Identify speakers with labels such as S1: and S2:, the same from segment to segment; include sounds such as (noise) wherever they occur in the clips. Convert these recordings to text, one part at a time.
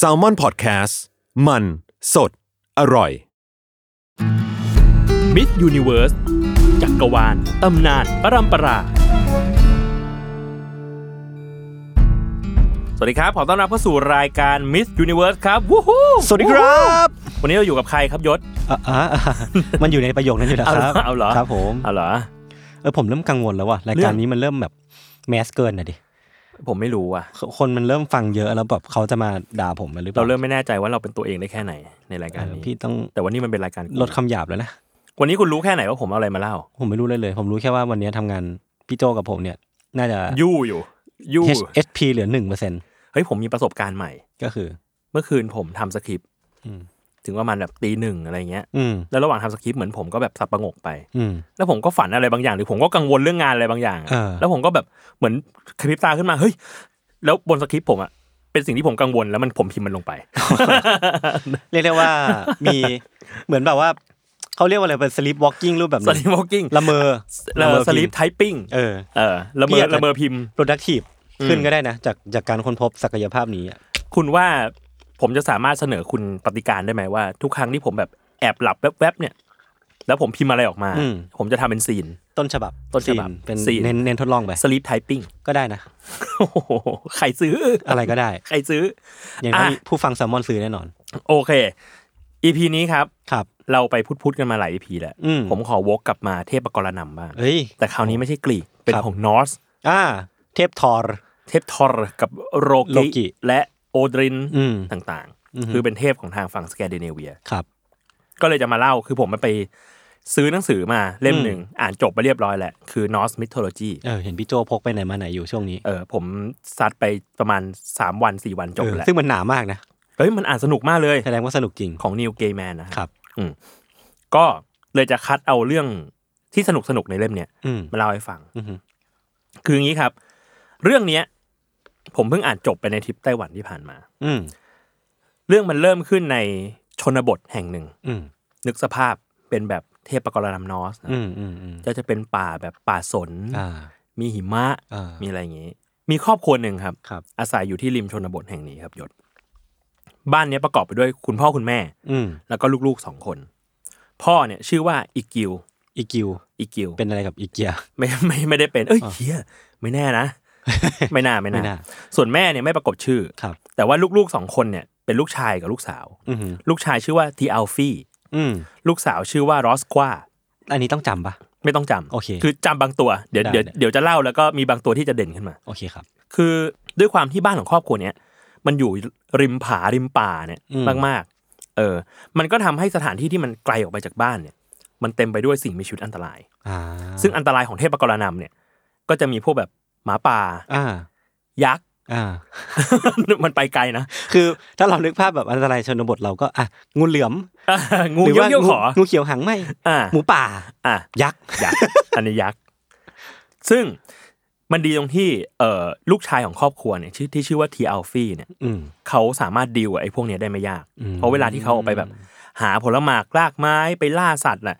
S1: s a l m o n PODCAST มันสดอร่อย
S2: มิสยูนิเวิร์สจักรวาล ตำนาน ปรัมปรา สวัสดีครับ ขอต้อนรับเข้าสู่รายการมิสยูนิเวิร์สครับ วู้ฮู้
S3: สวัสดีครับ
S2: วันนี้เราอยู่กับใครครับยศ
S3: อ่ะอ่ะ (laughs) อ่ะมันอยู่ในประโยคนั้นอยู่แล้วครับ
S2: เอาเหรอ
S3: ครับผม
S2: เอาเหรอ
S3: เออผมเริ่มกังวลแล้วว่ะรายการนี้มันเริ่มแบบแมสเกินน่ะดิ
S2: ผมไม่รู้อ่ะ
S3: คนมันเริ่มฟังเยอะแล้วแบบเขาจะมาด่าผมหรือเป
S2: เรา
S3: ล่า
S2: เริ่มไม่แน่ใจว่าเราเป็นตัวเองได้แค่ไหนในราย
S3: เอ
S2: การ
S3: อ
S2: นี้
S3: พี่ต้อง
S2: แต่วันนี้มันเป็นรายการกู
S3: ลดคำหยาบแล้วนะ
S2: วันนี้คุณรู้แค่ไหนว่าผมเอาอะไรมาเล่า
S3: ผมไม่รู้เลยเลย ผมรู้แค่ว่าวันนี้ทำงานพี่โจกับผมเนี่ย น่าจะ
S2: ยู่อยู่ ยู่
S3: H- HP เหลือหนึ่งเปอร์เซ็น
S2: เฮ้ยผมมีประสบการณ์ใหม่
S3: ก็คือ
S2: เมื่อคืนผมทำสคริปต์
S3: อืม
S2: ถึงประมาณแบบตีหนึ่งอะไรเงี้ย
S3: อืม
S2: แล้วระหว่างทำสคริปต์เหมือนผมก็แบบสับประงกไป
S3: อืม
S2: แล้วผมก็ฝันอะไรบางอย่างหรือผมก็กังวลเรื่องงานอะไรบางอย่างอะ
S3: เออ
S2: แล้วผมก็แบบเหมือนคลิปตาขึ้นมาเฮ้ยแล้วบนสคริปต์ผมอะเป็นสิ่งที่ผมกังวลแล้วมันผมพิมพ์มันลงไป
S3: (laughs) เรียกได้ว่ามี (laughs) เหมือนแบบว่าเขาเรียกว่าอะไรเป็นสลิปวอล์กกิ้งรูปแบบ
S2: ส
S3: นึ
S2: ลิ
S3: ง
S2: ปวอลกิ้ง
S3: ละเมอ
S2: ละเมอสลิป
S3: พิมพ์
S2: ไทปิ้ง
S3: เออ
S2: เออละเม
S3: พี่
S2: อย
S3: อากจะ
S2: ละเมอพิมพ์
S3: productive
S2: อืม
S3: ขึ้นก็ได้นะจากจากการค้นพบศักยภาพนี้อะ
S2: คุณว่าผมจะสามารถเสนอคุณปฏิการได้ไหมว่า ทุกครั้งที่ผมแบบแอบหลับแวบๆเนี่ย แล้วผมพิมพ์อะไรออกมา
S3: อืม
S2: ผมจะทำเป็นซีน
S3: ต้นฉบับ
S2: ต้นฉบับ
S3: ซีเป็น
S2: ซีน
S3: เน้นเน้นทดลองไป
S2: สลิปไทปิ้ง (laughs)
S3: ก็ได้นะ
S2: ใครซื้อ
S3: อะไรก็ได้
S2: ใครซื้อ
S3: อย่างน้อย
S2: อ่ะ
S3: ผู้ฟังแซลมอนซื้อแน่นอน
S2: โอเค EP นี้ครับ
S3: ครับ
S2: เราไปพูดพูดกันมาหลาย EP แล้ว
S3: อืม
S2: ผมขอวกกลับมาเทพกรณำบ้าง
S3: เฮ้ย
S2: แต่คราวนี้ไม่ใช่กรีก เป็น
S3: ครับ
S2: ของนอร์ส
S3: อ่า เทพทอร์
S2: เทพทอร์กับโร
S3: โลกิ
S2: กิและโอดริน
S3: อืม
S2: ต่าง
S3: อือ
S2: ๆ
S3: ฮึ
S2: คือเป็นเทพของทางฝั่งสแกนดิเนเวีย
S3: ครับ
S2: ก็เลยจะมาเล่า คือผมไปซื้อหนังสือมาเล่มหนึ่ง อ่านจบไปเรียบร้อยแหละ คือนอร์สมิทโลจี
S3: เออเห็นพี่โจพกไปไหนมาไหนอยู่ช่วงนี้
S2: เออผมซัดไปประมาณ 3 วัน 4 วันจบ
S3: เออ
S2: แล้ว
S3: ซึ่งมันหนามากนะ
S2: เฮ้ย มันอ่านสนุกมากเลย
S3: แสดงว่าสนุกจริง
S2: ของนิวเกย์แมนนะครับ อืมก็เลยจะคัดเอาเรื่องที่สนุกสนุกๆในเล่มเนี้ย
S3: อืม
S2: มาเล่าให้ฟัง
S3: อือหือ
S2: คืออย่างนี้ครับ เรื่องเนี้ย ผมเพิ่งอ่านจบไปในทริปไต้หวันที่ผ่านมา
S3: อืม
S2: เรื่องมันเริ่มขึ้นในชนบทแห่งหนึ่ง
S3: อืม
S2: นึกสภาพเป็นแบบเทพกรณำนอสนะ
S3: อืมอืมอืม
S2: ก็จะเป็นป่าแบบป่าสน
S3: อ่า
S2: มีหิมะ
S3: อ่า
S2: มีอะไรอย่างนี้ มีครอบครัวหนึ่งครับ
S3: ครับ
S2: อาศัยอยู่ที่ริมชนบทแห่งนี้ครับยศบ้านเนี้ยประกอบไปด้วยคุณพ่อคุณแม่
S3: อืม
S2: แล้วก็ลูกๆสองคน พ่อเนี่ยชื่อว่าอิกิว
S3: อีกิว
S2: อิกิว
S3: เป็นอะไรกับอีเกีย
S2: ไม่ไม่ไม่ได้เป็นเอ้ย
S3: อ่า
S2: เฮียไม่แน่นะ ไม่น่าไม่
S3: ไม่น่า
S2: น่า ส่วนแม่เนี่ยไม่ปรากฏชื่อ
S3: ครับ
S2: แต่ว่าลูกๆสองคนเนี่ยเป็นลูกชายกับลูกสาว
S3: อือหือ
S2: ลูกชายชื่อว่าทีอัลฟี่
S3: อืม
S2: ลูกสาวชื่อว่ารอสควา
S3: อันนี้ต้องจำปะ
S2: ไม่ต้องจำ
S3: โอเค
S2: คือจำบางตัวเดี๋ยว
S3: ได้
S2: เดี๋ยว
S3: ได้
S2: เดี๋ยวจะเล่าแล้วก็มีบางตัวที่จะเด่นขึ้นมา
S3: โอเคครับ
S2: คือด้วยความที่บ้านของครอบครัวเนี้ยมันอยู่ริมผาริมป่าเนี่ย
S3: อืม
S2: มากๆเออ มันก็ทำให้สถานที่ที่มันไกลออกไปจากบ้านเนี่ย มันเต็มไปด้วยสิ่งมีชีวิตอันตราย
S3: อ่า
S2: ซึ่งอันตรายของเทพกรณำเนี่ยก็จะมีพวกแบบหมาป่า
S3: อ่า
S2: ยักษ์ (laughs)
S3: อ่า
S2: มันไปไกลนะ (laughs)
S3: คือถ้าเรานึกภาพแบบอันตรายชนบทเราก็อ่ะงูเหลือม
S2: อ่ะงู
S3: หรื
S2: เยี่ยว
S3: งู
S2: ๆขอ
S3: งูเขียวหางไหม
S2: อ่า
S3: หมูป่า
S2: อ่ะ
S3: ยักษ์
S2: ยั
S3: (laughs)
S2: กษ์ อันนี้ยักษ์ ซึ่งมันดีตรงที่เอ่อลูกชายของครอบครัวเนี่ยชื่อที่ชื่อว่าทีอัลฟี่เนี่ย
S3: อืม
S2: เขาสามารถดีลกับไอ้พวกเนี้ยได้ไม่ยาก
S3: อืม
S2: เพราะเวลาที่เขาออกไปแบบ หาผลไม้รากไม้ไปล่าสัตว์น่ะ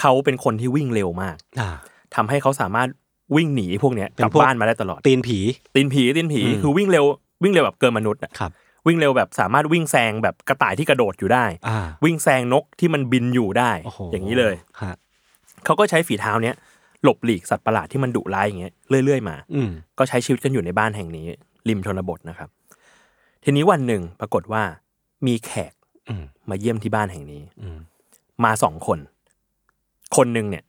S2: เขาเป็นคนที่วิ่งเร็วมาก
S3: อ่า
S2: ทำให้เขาสามารถวิ่งหนีพวกเนี้ย
S3: เป็
S2: ก
S3: น
S2: ลับ
S3: พวก
S2: บ้านมาได้ตลอด
S3: ตีนผี
S2: ตีนผีตีนผี
S3: อืม
S2: คือวิ่งเร็ววิ่งเร็วแบบเกินมนุษย์น่ะ
S3: ครับ
S2: วิ่งเร็วแบบสามารถวิ่งแซงแบบกระต่ายที่กระโดดอยู่ได้
S3: อ่า
S2: วิ่งแซงนกที่มันบินอยู่ได้
S3: โอ้โห
S2: อย่างนี้เลย
S3: ฮะ
S2: เขาก็ใช้ฝีเท้าเนี้ยหลบหลีกสัตว์ประหลาดที่มันดุร้ายอย่างเงี้ยเรื่อยๆมา
S3: อืม
S2: ก็ใช้ชีวิตกันอยู่ในบ้านแห่งนี้ ริมชนบทนะครับ ทีนี้วันหนึ่งปรากฏว่ามีแขก
S3: อืม
S2: มาเยี่ยมที่บ้านแห่งนี้
S3: อืม
S2: มาสองคน คนหนึ่งเนี่ย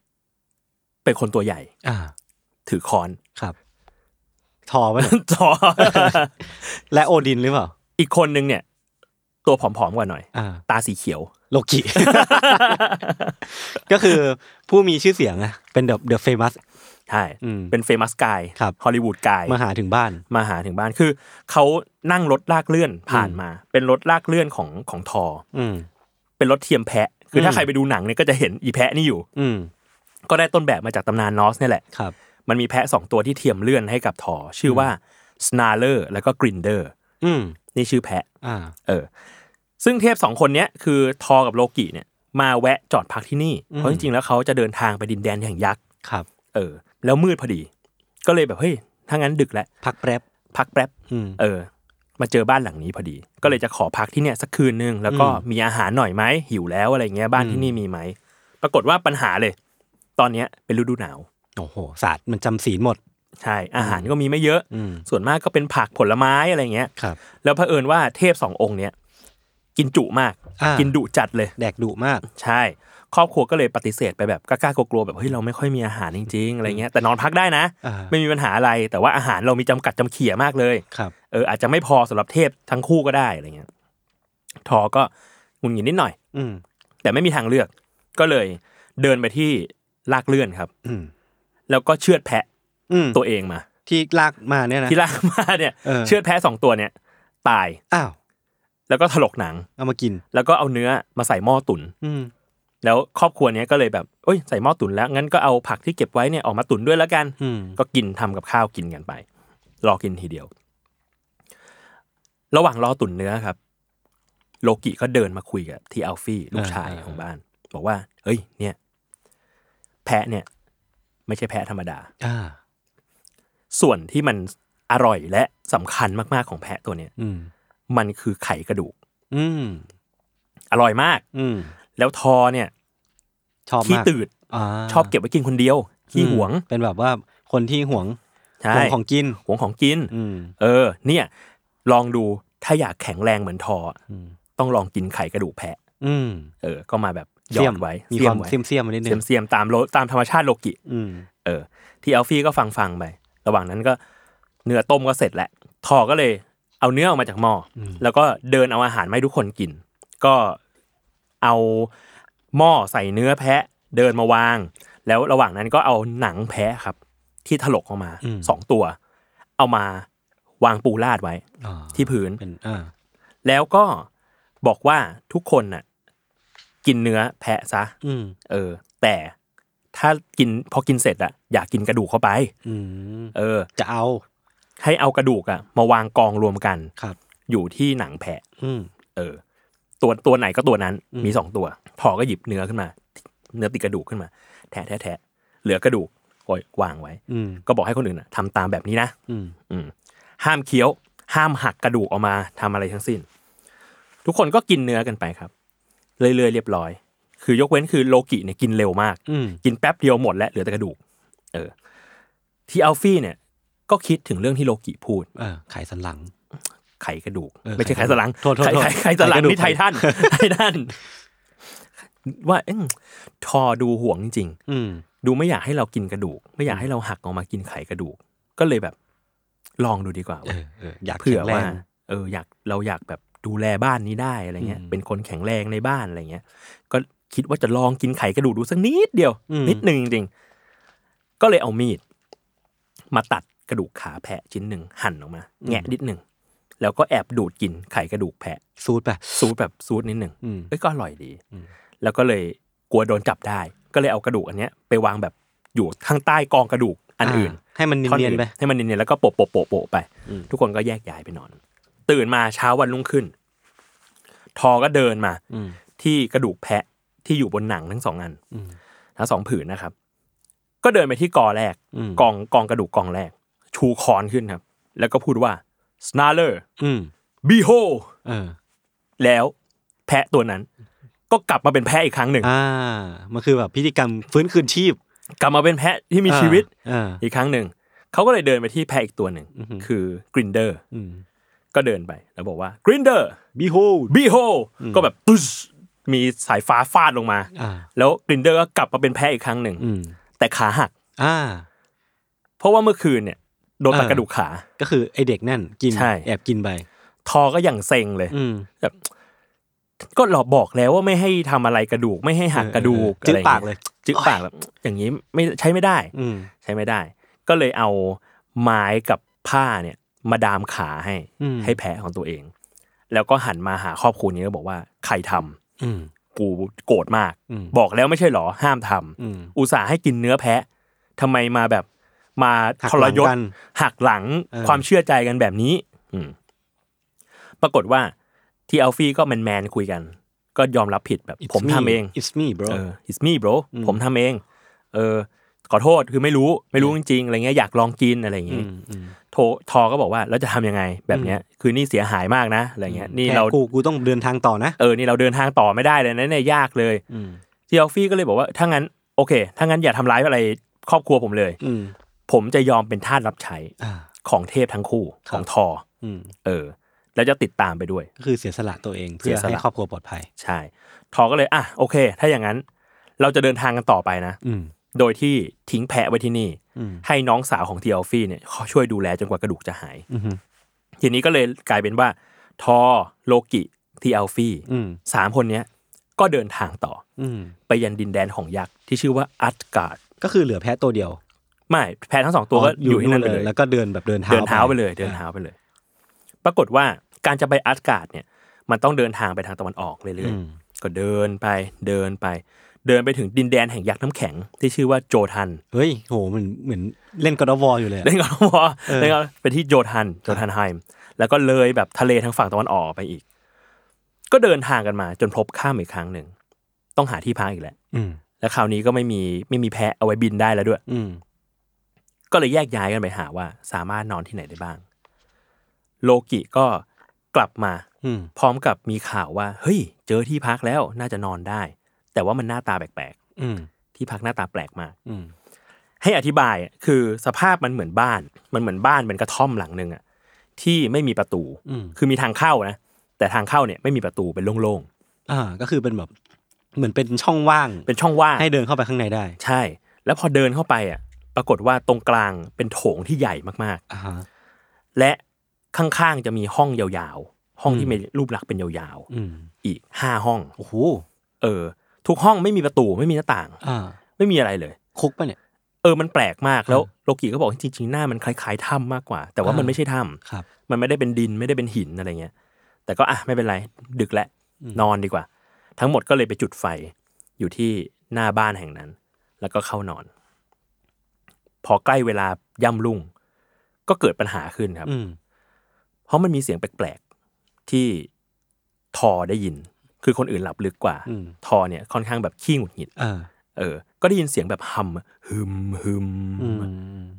S2: เป็นคนตัวใหญ่
S3: อ่า
S2: ถือค้อน (laughs)
S3: ครับ ทอปะเนี่ย
S2: จ
S3: (laughs)
S2: อ
S3: และโอดินหรือเปล่า
S2: อีกคนหนึ่งเนี่ย ตัวผอมๆกว่าหน่อย
S3: อ่า
S2: ตาสีเขียว (laughs)
S3: โลกิ (laughs) ก็คือผู้มีชื่อเสียงนะเป็นเดอะเดอะเฟมัส
S2: ใช่
S3: อืม
S2: เป็นเฟมัสกาย
S3: ครับ
S2: ฮอลลีวูดกาย
S3: มาหาถึงบ้าน
S2: มาหาถึงบ้านคือเขานั่งรถลากเลื่อนผ่าน
S3: อืม
S2: มา เป็นรถลากเลื่อนของของทอ
S3: อืม
S2: เป็นรถเทียมแพะ คือ
S3: ม
S2: ถ้าใครไปดูหนังเนี่ยก็จะเห็นอีแพะนี่อยู่
S3: อืม
S2: ก็ได้ต้นแบบมาจากตำนานนอสเนี่ยแหละ
S3: ครับ
S2: มันมีแพะสองตัวที่เทียมเลื่อนให้กับทอ ชื่อว่าสนาเลอร์แล้วก็กรินเดอร์
S3: อืม
S2: นี่ชื่อแพะ
S3: อ่า
S2: เออ ซึ่งเทพสองคนเนี้ยคือทอกับโลกิเนี่ยมาแวะจอดพักที่นี่
S3: อืม
S2: เพราะจริงๆแล้วเขาจะเดินทางไปดินแดนแห่งยักษ์
S3: ครับ
S2: เออ แล้วมืดพอดี ก็เลยแบบเฮ้ย ถ้างั้นดึกแล้ว
S3: พักแป๊บ
S2: พักแป๊บ
S3: อืม
S2: เออ มาเจอบ้านหลังนี้พอดี ก็เลยจะขอพักที่เนี่ยสักคืนนึง แล้วก็
S3: อืม
S2: มีอาหารหน่อยไหมหิวแล้วอะไรเงี้ย บ้าน
S3: อืม
S2: ที่นี่มีไหม ปรากฏว่าปัญหาเลย ตอนเนี้ยเป็นฤดูหนาว
S3: โอ้โหศาสตร์มันจำศีลหมด
S2: ใช่ อาหารก็มีไม่เยอะ
S3: อืม
S2: ส่วนมากก็เป็นผักผลไม้อะไรเงี้ย
S3: ครับ
S2: แล้วเผอิญว่าเทพสององค์เนี่ยกินจุมาก
S3: อ่ากิ
S2: กินดุจัดเลย
S3: แดกดุมาก
S2: ใช่ ครอบครัวก็เลยปฏิเสธไปแบบกล้าๆกลัวๆแบบเฮ้ยเราไม่ค่อยมีอาหารจริงๆอะไรเงี้ย แต่นอนพักได้นะ
S3: อ่า
S2: ไม่มีปัญหาอะไร แต่ว่าอาหารเรามีจำกัดจำเขี่ยมากเลย
S3: ครับ
S2: เอออาจจะไม่พอสำหรับเทพทั้งคู่ก็ได้อะไรเงี้ย ทอก็หงุนหงิดนิดหน่อย
S3: อืม
S2: แต่ไม่มีทางเลือก ก็เลยเดินไปที่ลากเลื่อนครับ
S3: อืม
S2: แล้วก็เชือดแพะ
S3: อืม
S2: ตัวเองมา
S3: ที่ลากมาเนี่ยนะ
S2: ที่ลากมาเนี่ย
S3: เออ
S2: เชือดแพะสองตัวเนี่ย ตาย
S3: อ้าว
S2: แล้วก็ถลกหนัง
S3: เอามากิน
S2: แล้วก็เอาเนื้อมาใส่หม้อตุ๋น
S3: อืม
S2: แล้วครอบครัวเนี้ยก็เลยแบบเอ้ยใส่หม้อตุ๋นแล้วงั้นก็เอาผักที่เก็บไว้เนี่ยออกมาตุ๋นด้วยแล้วกัน
S3: อืม
S2: ก็กินทำกับข้าวกินกันไป รอกินทีเดียว ระหว่างรอตุ่นเนื้อครับ โลกิก็เดินมาคุยกับที่อัลฟี่ลูกชายของบ้าน บอกว่า เฮ้ย เนี่ย แพะเนี่ย ไม่ใช่แพะธรรมดา
S3: อ่า
S2: ส่วนที่มันอร่อยและสำคัญมากๆของแพะตัวเนี้ย
S3: อืม
S2: มันคือไขกระดูก
S3: อืม
S2: อร่อยมาก
S3: อืม
S2: แล้วทอเนี่ย
S3: ชอบ
S2: ขี้
S3: มาก
S2: ตืด
S3: อ่า
S2: ชอบเก็บไว้กินคนเดียวขี้หวง
S3: อืมเป็นแบบว่าคนที่หวง
S2: ใช่
S3: หวงของกิน
S2: หวงของกิน
S3: อืม
S2: เออ เนี่ย ลองดูถ้าอยากแข็งแรงเหมือนทออะ
S3: อืม
S2: ต้องลองกินไข่กระดูกแพะ
S3: อืม
S2: เออ ก็มาแบบหยอ
S3: เสี่ยม
S2: ดไว้
S3: มี
S2: เสียว
S3: คาม
S2: มไว้
S3: เสี่ยมเสี่ยมๆนิดนึ
S2: เสียม
S3: ง
S2: เสียมตามโลตามธรรมชาติโลกิ
S3: อืม
S2: เออ ที่เอลฟี่ก็ฟังฟังไป ระหว่างนั้นก็เนื้อต้มก็เสร็จแล้วทอก็เลยเอาเนื้อออกมาจากหม้ออแล้วก็เดินเอาอาหารมาให้ทุกคนกิน ก็เอาหม้อใส่เนื้อแพะ เดินมาวาง แล้วระหว่างนั้นก็เอาหนังแพะครับ ที่ถลกออกมา
S3: อืม
S2: สองตัว เอามาวางปูลาดไว้
S3: อ่า
S2: ที่พื้น
S3: เป็นอ่า
S2: แล้วก็บอกว่าทุกคนน่ะ กินเนื้อแพะซะ
S3: อืม
S2: เออ แต่ถ้ากินพอกินเสร็จอะอย่ากินกระดูกเข้าไป
S3: อืม
S2: เออ
S3: จะเอา
S2: ให้เอากระดูกอะมาวางกองรวมกัน
S3: ครับ
S2: อยู่ที่หนังแพะ
S3: อืม
S2: เออ ตัวตัวไหนก็ตัวนั้น
S3: อืม
S2: มีสองตัวพอก็หยิบเนื้อขึ้นมา เนื้อติดกระดูกขึ้นมา แทะแทะแทะเหลือกระดูกโอ้ยวางไว้
S3: อืม
S2: ก็บอกให้คนอื่นอะทำตามแบบนี้นะ
S3: อืม
S2: อืมห้ามเคี้ยว ห้ามหักกระดูกออกมาทำอะไรทั้งสิ้น ทุกคนก็กินเนื้อกันไปครับ เรื่อยๆเรียบร้อย คือยกเว้นคือโลกิเนี่ยกินเร็วมาก
S3: อืม
S2: กินแป๊บเดียวหมดและเหลือแต่กระดูก เออ ที่อัลฟี่เนี่ย ก็คิดถึงเรื่องที่โลกิพูด
S3: เออไขสันหลัง
S2: ไขกระดูก
S3: เออ
S2: ไม่ใช่ไข
S3: ไขกระ
S2: สน
S3: ดูก
S2: หลัง
S3: โทษโทษ
S2: ไข
S3: โทษ
S2: ไขไขสนหลัง
S3: ไขกระดูก
S2: นี่ไททันไททันว่าเอ้มทอดูห่วงจริงๆ
S3: อืม
S2: ดูไม่อยากให้เรากินกระดูก ไม่อยากให้เราหักออกมากินไขกระดูก ก็เลยแบบลองดูดีกว่า
S3: เอ
S2: เว้ย
S3: อเอออยาก
S2: เผื่อ
S3: แข็งแร
S2: ว่าง เอออยากเราอยากแบบดูแลบ้านนี้ได้อะไรเงี้ย
S3: อืม
S2: เป็นคนแข็งแรงในบ้านอะไรเงี้ย ก็คิดว่าจะลองกินไข่กระดูกดูสักนิดเดียว
S3: อืม
S2: นิดหนึ่งจริงๆก็เลยเอามีด มาตัดกระดูกขาแพะชิ้นหนึ่งหั่นออกมา แงะนิดหนึ่งแล้วก็แอบดูดกินไข่กระดูกแพะ
S3: ซูดไป
S2: ซูดแบบซูดนิดหนึ่ง
S3: อืม
S2: เอ้ยก็อร่อยดี
S3: อืม
S2: แล้วก็เลยกลัวโดนจับได้ ก็เลยเอากระดูกอันเนี้ย ไปวางแบบอยู่ข้างใต้กองกระดูกอันอื่น
S3: ให้มัน
S2: ท่อ
S3: เนียนๆไป
S2: ให้มันเนียนๆแล้วก็โปะโปะโปะโปะไป
S3: อืม
S2: ทุกคนก็แยกย้ายไปนอน ตื่นมาเช้าวันรุ่งขึ้น ทอก็เดินมา
S3: อืม
S2: ที่กระดูกแพะที่อยู่บนหนังทั้งสองอัน
S3: อืม
S2: ทั้งสองผืนนะครับ ก็เดินไปที่กอแรก
S3: อืม
S2: กองกองกระดูกกองแรก ชูคอนขึ้นครับ แล้วก็พูดว่า snarler
S3: อืม
S2: behold
S3: เออ
S2: แล้วแพะตัวนั้น ก็กลับมาเป็นแพะอีกครั้งหนึ่ง
S3: อ่า มันคือแบบพิธีกรรมฟื้นคืนชีพ
S2: กลับมาเป็นแพะที่มีชีวิต
S3: อ่า
S2: อีกครั้งหนึ่งเขาก็เลยเดินไปที่แพะอีกตัวหนึ่ง
S3: อือหือ
S2: คือกรินเดอร์
S3: อืม
S2: ก็เดินไปแล้วบอกว่ากรินเดอร์
S3: behold
S2: บีโฮก็แบบตุ๊ชมีสายฟ้าฟาดลงมา
S3: อ่า
S2: แล้วกรินเดอร์ก็กลับมาเป็นแพ้อีกครั้งหนึ่ง
S3: อืม
S2: แต่ขาหัก
S3: อ่า
S2: เพราะว่าเมื่อคืนเนี่ยโดนตัด
S3: เออ
S2: กระดูกขา
S3: ก็คือไอเด็กนั่นกิน
S2: ใช่
S3: แอบกินไป
S2: ทอก็อย่างเซ็งเลย
S3: อืม
S2: ก็หลอกบอกแล้วว่าไม่ให้ทำอะไรกระดูกไม่ให้หักกระดูก
S3: เออเออจื้
S2: ไร
S3: อ
S2: งี้
S3: ปากเลย
S2: จึ๊กปากแบบอย่างนี้ไม่ใช้ไม่ได้
S3: อืม
S2: ใช้ไม่ได้ ก็เลยเอาไม้กับผ้าเนี่ยมาดามขาให้
S3: อืม
S2: ให้แผลของตัวเอง แล้วก็หันมาหาครอบครัวนี้แล้วบอกว่าใครทำ
S3: อืม
S2: กูโกรธมาก
S3: อืม
S2: บอกแล้วไม่ใช่เหรอห้ามทำ
S3: อืม
S2: อุตส่าห์ให้กินเนื้อแพะทำไมมาแบบมา
S3: หัก
S2: ท
S3: ห
S2: ร
S3: ลัง
S2: ยศ
S3: กัน
S2: หักหลัง
S3: เออ
S2: ความเชื่อใจกันแบบนี้ อืมปรากฏว่าที่อัลฟี่ก็แมนแมนๆคุยกัน ก็ยอมรับผิดแบบ
S3: It's
S2: ผมทำเอง
S3: me. it's me bro
S2: เออ it's me bro
S3: อืม
S2: ผมทำเอง เออ ขอโทษคือไม่รู้ไม่รู้จริงๆอะไรเงี้ยอยากลองกินอะไรอย่าง
S3: อื
S2: งี้
S3: มอืม
S2: โททอก็บอกว่าแล้วจะทำยังไงแบบเนี้ย คือนี่เสียหายมากนะอะไรเงี้ยนี่เรา
S3: แผลกูกูต้องเดินทางต่อนะ
S2: เออนี่เราเดินทางต่อไม่ได้เลยนะเนี่ยยากเลย
S3: อืม
S2: ที่ออฟฟี่ก็เลยบอกว่าถ้างั้นโอเคถ้างั้นอย่าทำร้ายอะไรครอบครัวผมเลย
S3: อืม
S2: ผมจะยอมเป็นทาสรับใช้
S3: อ่า
S2: ของเทพทั้งคู่
S3: ค
S2: ข
S3: รับ
S2: องทอ
S3: อืม
S2: เออ แล้วจะติดตามไปด้วย
S3: ก็คือเสียสละตัวเองเพื่
S2: เสี
S3: อย
S2: สละ
S3: ให้ครอบครัวปลอดภัย
S2: ใช่ ทอก็เลยอ่ะโอเค ถ้าอย่างนั้น เราจะเดินทางกันต่อไปนะ
S3: อืม
S2: โดยที่ทิ้งแพะไว้ที่นี่
S3: อืม
S2: ให้น้องสาวของทีอัลฟี่เนี่ยเขาช่วยดูแลจนกว่ากระดูกจะหาย
S3: อืม
S2: ทีนี้ก็เลยกลายเป็นว่า ทอโลกิทีอัลฟี่
S3: อืม
S2: สามคนเนี้ยก็เดินทางต่อ
S3: อืม
S2: ไปยันดินแดนของยักษ์ที่ชื่อว่าอัตการ์ด
S3: ก็คือเหลือแพ้ตัวเดียว
S2: ไม่แพะทั้งสองตัวก็อยู่ที่นั่นไปเลย
S3: แล้วก็เดินแบบเดินเท้า
S2: เดินเท้าไปเลยเดินเท้าไปเลย ปรากฏว่าการจะไปอัตการ์ดเนี่ยมันต้องเดินทางไปทางตะวันออกเรื่อย
S3: อืม
S2: ๆก็เดินไปเดินไป เดินไปถึงดินแดนแห่งยักษ์น้ำแข็งที่ชื่อว่าโจทัน
S3: เฮ้ยโหเหมือนเหมือนเล่นกอล์ฟวอลอยู่เลยอะ
S2: เล่นกับน้องวอ
S3: เออ
S2: เล่นกับไปที่โจทันโจทันไฮม์แล้วก็เลยแบบทะเลทางฝั่งตะวันออกไปอีก ก็เดินทางกันมาจนพบข้ามอีกครั้งหนึ่ง ต้องหาที่พักอีกแล้ว
S3: อืม
S2: แล้วคราวนี้ก็ไม่มีไม่มีแพะเอาไว้บินได้แล้วด้วย
S3: อืม
S2: ก็เลยแยกย้ายกันไปหาว่า สามารถนอนที่ไหนได้บ้าง โลกิก็กลับมา
S3: อืม
S2: พร้อมกับมีข่าวว่า เฮ้ย เจอที่พักแล้วน่าจะนอนได้ แต่ว่ามันหน้าตาแปลก
S3: อืม
S2: ๆที่พักหน้าตาแปลกมาก
S3: อืม
S2: ให้อธิบายอะคือสภาพมันเหมือนบ้าน มันเหมือนบ้านเป็นกระท่อมหลังหนึ่งอ่ะที่ไม่มีประตู
S3: อืม
S2: คือมีทางเข้านะแต่ทางเข้าเนี่ยไม่มีประตูเป็นโล่ง
S3: อ่าก็คือเป็นแบบเหมือนเป็นช่องว่าง
S2: ๆเป็นช่องว่าง
S3: ให้เดินเข้าไปข้างในได้
S2: ใช่ แล้วพอเดินเข้าไปอ่ะปรากฏว่าตรงกลางเป็นโถงที่ใหญ่มาก
S3: อ่าฮะ
S2: ๆ และข้างๆจะมีห้องยาวๆ ห้องที่มีรูปลักษณ์เป็นยาว
S3: อืม
S2: ๆ อีกห้าห้อง
S3: โอ้โห
S2: เออ ทุกห้องไม่มีประตูไม่มีหน้าต่าง
S3: อ่า
S2: ไม่มีอะไรเลย
S3: คุกปะเนี่ย
S2: เออมันแปลกมากแล้วโลกิก็บอกว่าจริงๆหน้ามันคล้ายๆถ้ำมากกว่า แต่ว่ามัน
S3: อ่า
S2: ไม่ใช่ถ้ำ
S3: ครับ
S2: มันไม่ได้เป็นดินไม่ได้เป็นหินอะไรเงี้ย แต่ก็อ่ะไม่เป็นไร ดึกแล้ว
S3: อืม
S2: นอนดีกว่า ทั้งหมดก็เลยไปจุดไฟอยู่ที่หน้าบ้านแห่งนั้น แล้วก็เข้านอน พอใกล้เวลาย่ำรุ่ง ก็เกิดปัญหาขึ้นครับ
S3: อืม
S2: เพราะมันมีเสียงแปลกๆที่ทอได้ยิน คือคนอื่นหลับลึกกว่า
S3: อืม
S2: ทอเนี่ยค่อนข้างแบบขี้หงุดหงิด
S3: อ่า
S2: เออ ก็ได้ยินเสียงแบบหำฮึมฮึม
S3: อืม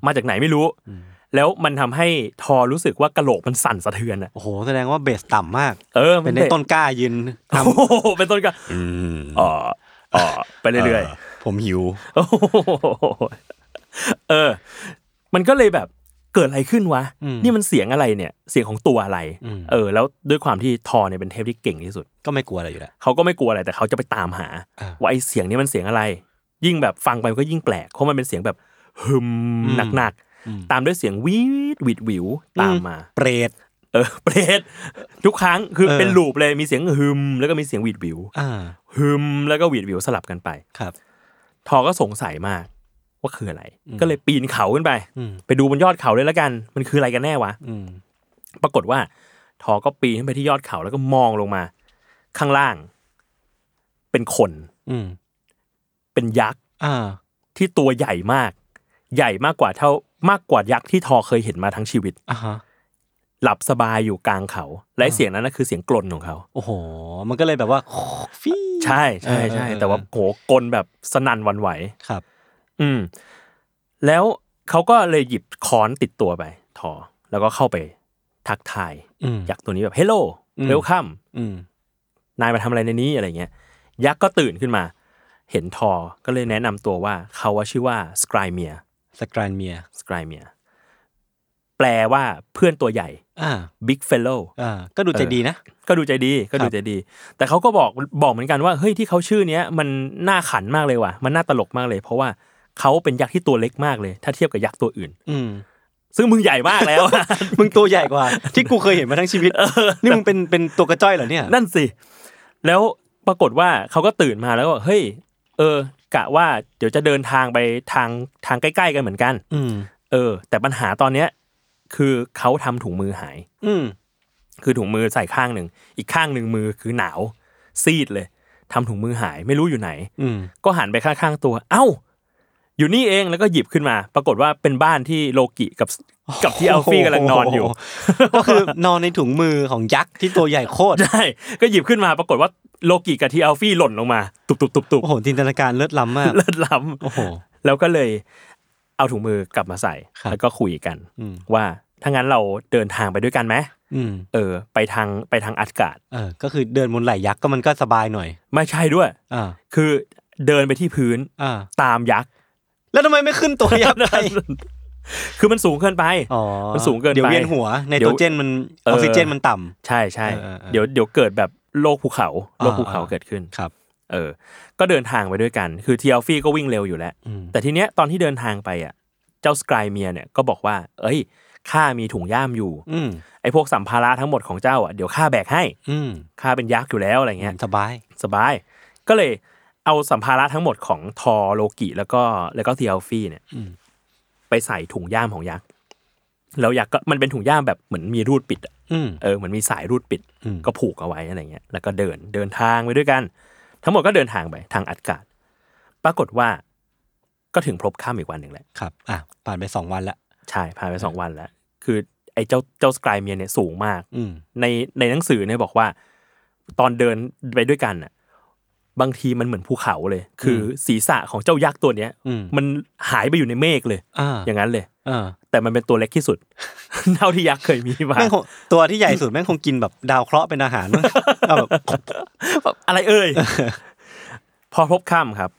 S2: มาจากไหนไม่รู้
S3: อืม
S2: แล้วมันทำให้ทอรู้สึกว่ากะโหลกมันสั่นสะเทือนอะ
S3: โอ้โหแสดงว่าเบสต่ำมาก
S2: เออมั
S3: เป็นในต้นกล้ายืนท
S2: โอ้โหเป็นต้นก็
S3: ำอืม
S2: อ่ออ่อไปเรื่อย
S3: ผมหิว
S2: ๆโอ้โหเออ มันก็เลยแบบเกิดอะไรขึ้นวะ
S3: อืม
S2: นี่มันเสียงอะไรเนี่ย เสียงของตัวอะไร
S3: อืม
S2: เออ แล้วด้วยความที่ทอเนี่ยเป็นเทพที่เก่งที่สุด
S3: ก็ไม่กลัวอะไรอยู่แล้ว
S2: เขาก็ไม่กลัวอะไรแต่เขาจะไปตามหา
S3: อ่า
S2: ว่าไอเสียงนี้มันเสียงอะไร ยิ่งแบบฟังไปมันก็ยิ่งแปลกเพราะมันเป็นเสียงแบบฮึม
S3: อืม
S2: หนัก
S3: อืม
S2: ๆตามด้วยเสียงวีดหวิดหวิวตามมา
S3: เปรต
S2: เอ (laughs) อเปรตทุกครั้งคือ
S3: เออ
S2: เป็นลูปเลยมีเสียงฮึมแล้วก็มีเสียงหวิดหวิว
S3: อ่า
S2: ฮึมแล้วก็หวิดหวิวสลับกันไป
S3: ครับ
S2: ทอก็สงสัยมากว่าคืออะไร
S3: อืม
S2: ก็เลยปีนเขาขึ้นไป
S3: อืม
S2: ไปดูบนยอดเขาเลยละกัน มันคืออะไรกันแน่วะ
S3: อืม
S2: ปรากฏว่า ทอก็ปีนขึ้นไปที่ยอดเขาแล้วก็มองลงมา ข้างล่าง เป็นคน
S3: อืม
S2: เป็นยักษ์
S3: อ่า
S2: ที่ตัวใหญ่มาก ใหญ่มากกว่าเท่ามากกว่ายักษ์ที่ทอเคยเห็นมาทั้งชีวิต
S3: อ่าฮะ
S2: หลับสบายอยู่กลางเขา และไอ้เสียงนั้นนะคือเสียงกลนของเขา
S3: โอ้โห มันก็เลยแบบว่าฟี
S2: ใช่ใช่ใช่
S3: เออเออ
S2: แต่ว่าโหกลนแบบสนั่นหวันไหว
S3: ครับ
S2: อืม แล้วเขาก็เลยหยิบค้อนติดตัวไป ทอ แล้วก็เข้าไปทักทาย
S3: อืม
S2: ยักษ์ตัวนี้แบบเฮลโล
S3: อืม
S2: เวลคัม
S3: อืม
S2: นายมาทำอะไรในนี้อะไรเงี้ย ยักษ์ก็ตื่นขึ้นมา เห็นทอก็เลยแนะนำตัวว่าเขาว่าชื่อว่าสไ r รเมีย
S3: สกรานเมีย
S2: สไ r รเมียแปลว่าเพื่อนตัวใหญ่
S3: อ่า
S2: บิ๊กเฟลโล
S3: อ่าก็ดูใจดีนะ
S2: ก็ดูใจดีก็ดูใจดี แต่เขาก็บอกบอกเหมือนกันว่าเฮ้ยที่เขาชื่อเนี้ยมันน่าขันมากเลยว่ะ มันน่าตลกมากเลย เพราะว่าเขาเป็นยักษ์ที่ตัวเล็กมากเลย ถ้าเทียบกับยักษ์ตัวอื่น
S3: อืม
S2: ซึ่งมึงใหญ่มากแล้ว
S3: (laughs) มึงตัวใหญ่กว่า (laughs) ที่กูเคยเห็นมาทั้งชีวิต นี่มึงเป็นเป็นตัวกระจ้อยเหรอเนี่ย
S2: นั่นสิ แล้วปรากฏว่าเขาก็ตื่นมาแล้วก็เฮ้ย เออ กะว่าเดี๋ยวจะเดินทางไปทางทางใกล้ๆกันเหมือนกัน
S3: อืม
S2: เออ แต่ปัญหาตอนเนี้ยคือเขาทำถุงมือหาย
S3: อืม
S2: คือถุงมือใส่ข้างหนึ่ง อีกข้างหนึ่งมือคือหนาว ซีดเลยทำถุงมือหายไม่รู้อยู่ไหน
S3: อืม
S2: ก็หันไปข้างๆตัว เอ้า อยู่นี่เองแล้วก็หยิบขึ้นมา ปรากฏว่าเป็นบ้านที่โลกิกับ (laughs) กับที่อัลฟี่กำลังนอนอยู่
S3: ก็คือนอนในถุงมือของยักษ์ที่ตัวใหญ่โค (laughs) ตร
S2: ใช่ก็หยิบขึ้นมาปรากฏว่าโลกิกับที่อัลฟี่หล่นลงมา ตุบตุบตุบตุบ
S3: โอ้โหจินตนาการเลิศล้ำมาก
S2: เลิศล้
S3: โอ้โห
S2: ำแล้วก็เลยเอาถุงมือกลับมาใส่
S3: ครับ
S2: แล้วก็คุยกัน
S3: อืม
S2: ว่าถ้างั้นเราเดินทางไปด้วยกันไหม
S3: อืม
S2: เออ ไปทางไปทางอากาศ
S3: เออก็คือเดินบนไหล่ยักษ์ก็มันก็สบายหน่อย
S2: ไม่ใช่ด้วย
S3: อ่า
S2: คือเดินไปที่พื้น
S3: อ่า
S2: ตามยักษ์
S3: แล้วทำไมไม่ขึ้นตัวยักษ์ไป
S2: (laughs) คือมันสูงเกินไป
S3: (laughs) อ๋อ
S2: มันสูงเกินไป
S3: เดี๋ยวเวียนหัวใน
S2: เดี๋
S3: โต
S2: ยว
S3: รเจนมันอ
S2: เออ
S3: อกซิเจนมันต่ำ
S2: ใช่ใช่
S3: เออเออเออ
S2: เดี๋ยวเดี๋ยวเกิดแบบโลกภูเขา
S3: อ่า
S2: โลกภูเขา
S3: อ่า
S2: เกิดขึ้น
S3: ครับ
S2: เออ ก็เดินทางไปด้วยกัน คือเทียลฟี่ก็วิ่งเร็วอยู่แล้ว
S3: อืม
S2: แต่ทีเนี้ยตอนที่เดินทางไปอ่ะ เจ้าสกายเมียเนี่ยก็บอกว่า เอ้ยข้ามีถุงย่ามอยู่
S3: อืม
S2: ไอ้พวกสัมภาระทั้งหมดของเจ้าอ่ะเดี๋ยวข้าแบกให้
S3: อืม
S2: ข้าเป็นยักษ์อยู่แล้วอะไรเงี้ย
S3: สบาย
S2: สบาย ก็เลยเอาสัมภาระทั้งหมดของทอโลกิแล้วก็แล้วก็เทียลฟี่เนี่ย
S3: อืม
S2: ไปใส่ถุงย่ามของยักษ์แล้วยักษ์ก็มันเป็นถุงย่ามแบบเหมือนมีรูดปิดอะ
S3: อืม
S2: เออเหมือนมีสายรูดปิด
S3: อืม
S2: ก็ผูกเอาไว้อะไรเงี้ย แล้วก็เดินเดินทางไปด้วยกัน ทั้งหมดก็เดินทางไปทางอากาศ ปรากฏว่า ก็ถึงพลบข้ามอีกวันหนึ่งแหละ
S3: ครับ อ่ะผ่านไปสองวันละ
S2: ใช่ผ่านไปสองวันแล้ว คือไอ้เจ้าเจ้าสกายเมียเนี่ยสูงมาก
S3: อืม
S2: ในในหนังสือเนี่ยบอกว่า ตอนเดินไปด้วยกันน่ะ บางทีมันเหมือนภูเขาเลย คือศีรษะของเจ้ายักษ์ตัวเนี้ย
S3: อืม
S2: มันหายไปอยู่ในเมฆเลย
S3: อ่า
S2: อย่างนั้นเลย
S3: อ่า
S2: แต่มันเป็นตัวเล็กที่สุด (laughs) เท่าที่ยักษ์เคยมีมา
S3: แม่งคงตัวที่ใหญ่สุดแม่งคงกินแบบดาวเคราะห์เป็นอาหารมั้ (laughs) งเอาแบบ
S2: แบบอะไรเอ่ย พอพบค่ำครับ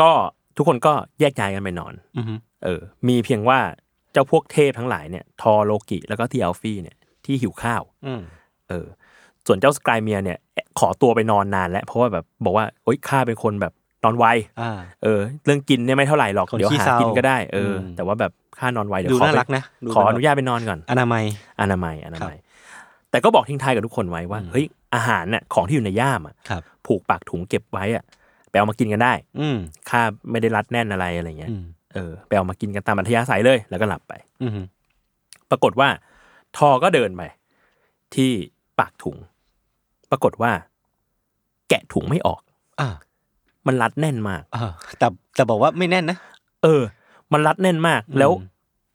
S2: ก็ทุกคนก็แยกย้ายกันไปนอน
S3: อือฮึ
S2: เออ มีเพียงว่าเจ้าพวกเทพทั้งหลายเนี่ยทอโลกิแล้วก็ทีอัลฟี่เนี่ยที่หิวข้าว
S3: อืม
S2: เออส่วนเจ้าสกายเมียเนี่ยขอตัวไปนอนนานแล้วเพราะว่าแบบบอกว่าโอ๊ยข้าเป็นคนแบบนอนไว
S3: อ่า
S2: เออ เรื่องกินเนี่ยไม่เท่าไหร่หรอก
S3: คน
S2: เดี๋ยว
S3: ขี้
S2: หา
S3: เศร้า
S2: กินก็ได้เอออ
S3: ม
S2: แต่ว่าแบบข้านอนไวเดี๋ย
S3: ดู
S2: วขอ
S3: น่า
S2: ไป
S3: รักนะดู
S2: ขอ
S3: แบบ
S2: อนุญาตไปนอนก่อน
S3: อนามัย
S2: อนามัยอนามั
S3: ครั
S2: ย
S3: บ
S2: แต่ก็บอกทิ้งท้ายกับทุกคนไว้ว่าเฮ้ยอาหารน่ะของที่อยู่ในย่ามอะ
S3: ครับ
S2: ผูกปากถุงเก็บไว้อะไปเอามากินกันได้
S3: อืม
S2: ข้าไม่ได้รัดแน่นอะไรอะไรเงี้ย
S3: อืม
S2: เออไปเอามากินกันตามอัธยาศัยเลยแล้วก็หลับไป
S3: อืม
S2: ปรากฏว่า ทอก็เดินไป ที่ปากถุง ปรากฏว่า แกะถุงไม่ออก
S3: อ่า
S2: มันรัดแน่นมาก
S3: อ่าแต่แต่บอกว่าไม่แน่นนะ
S2: เออ มันรัดแน่นมาก
S3: อืม
S2: แล้ว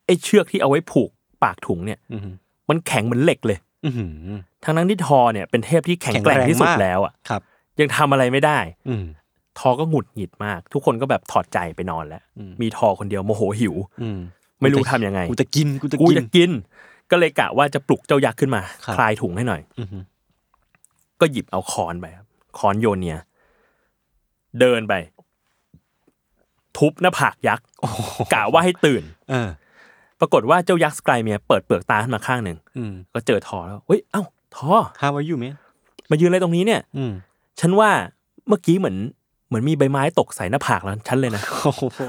S2: ไอ้เชือกที่เอาไว้ผูกปากถุงเนี่ย
S3: อืม
S2: มันแข็งเหมือนเหล็กเลย
S3: อืม
S2: ทั้งนั้นที่ทอเนี่ยเป็นเทพที่แข็งแกร่ง
S3: แข็งแรง
S2: ที่สุด
S3: มาก
S2: แล้วอ่ะ
S3: ครับ
S2: ยังทำอะไรไม่ได้
S3: อืม
S2: ทอก็หงุดหงิดมาก ทุกคนก็แบบถอดใจไปนอนแล้ว
S3: อืม
S2: มีทอคนเดียวโมโหหิว
S3: อืม
S2: ไม่รู้ทำยังไง
S3: กูจะกินกูจะ
S2: กู
S3: กิน
S2: จะกิน ก็เลยกะว่าจะปลุกเจ้ายักษ์ขึ้นมา
S3: ครับ
S2: คลายถุงให้หน่อย
S3: อืม
S2: ก็หยิบเอาค้อนไปครับค้อนโยนเนียเดินไป ทุบหน้าผากยักษ์
S3: โอ้โห
S2: กะว่าให้ตื่น
S3: เออ
S2: ปรากฏว่าเจ้ายักษ์สกายเมียเปิดเปลือกตาขึ้นมาข้างหนึ่ง
S3: อืม
S2: ก็เจอทอแล้วเฮ้ยเอ้าทอ
S3: How are you man
S2: มายืนอะไรตรงนี้เนี่ย
S3: (laughs) อืม
S2: ฉันว่าเมื่อกี้เหมือน เหมือนมีใบไม้ตกใส่หน้าผากแล้วฉันเลย
S3: (laughs)
S2: นะ
S3: โอ้โห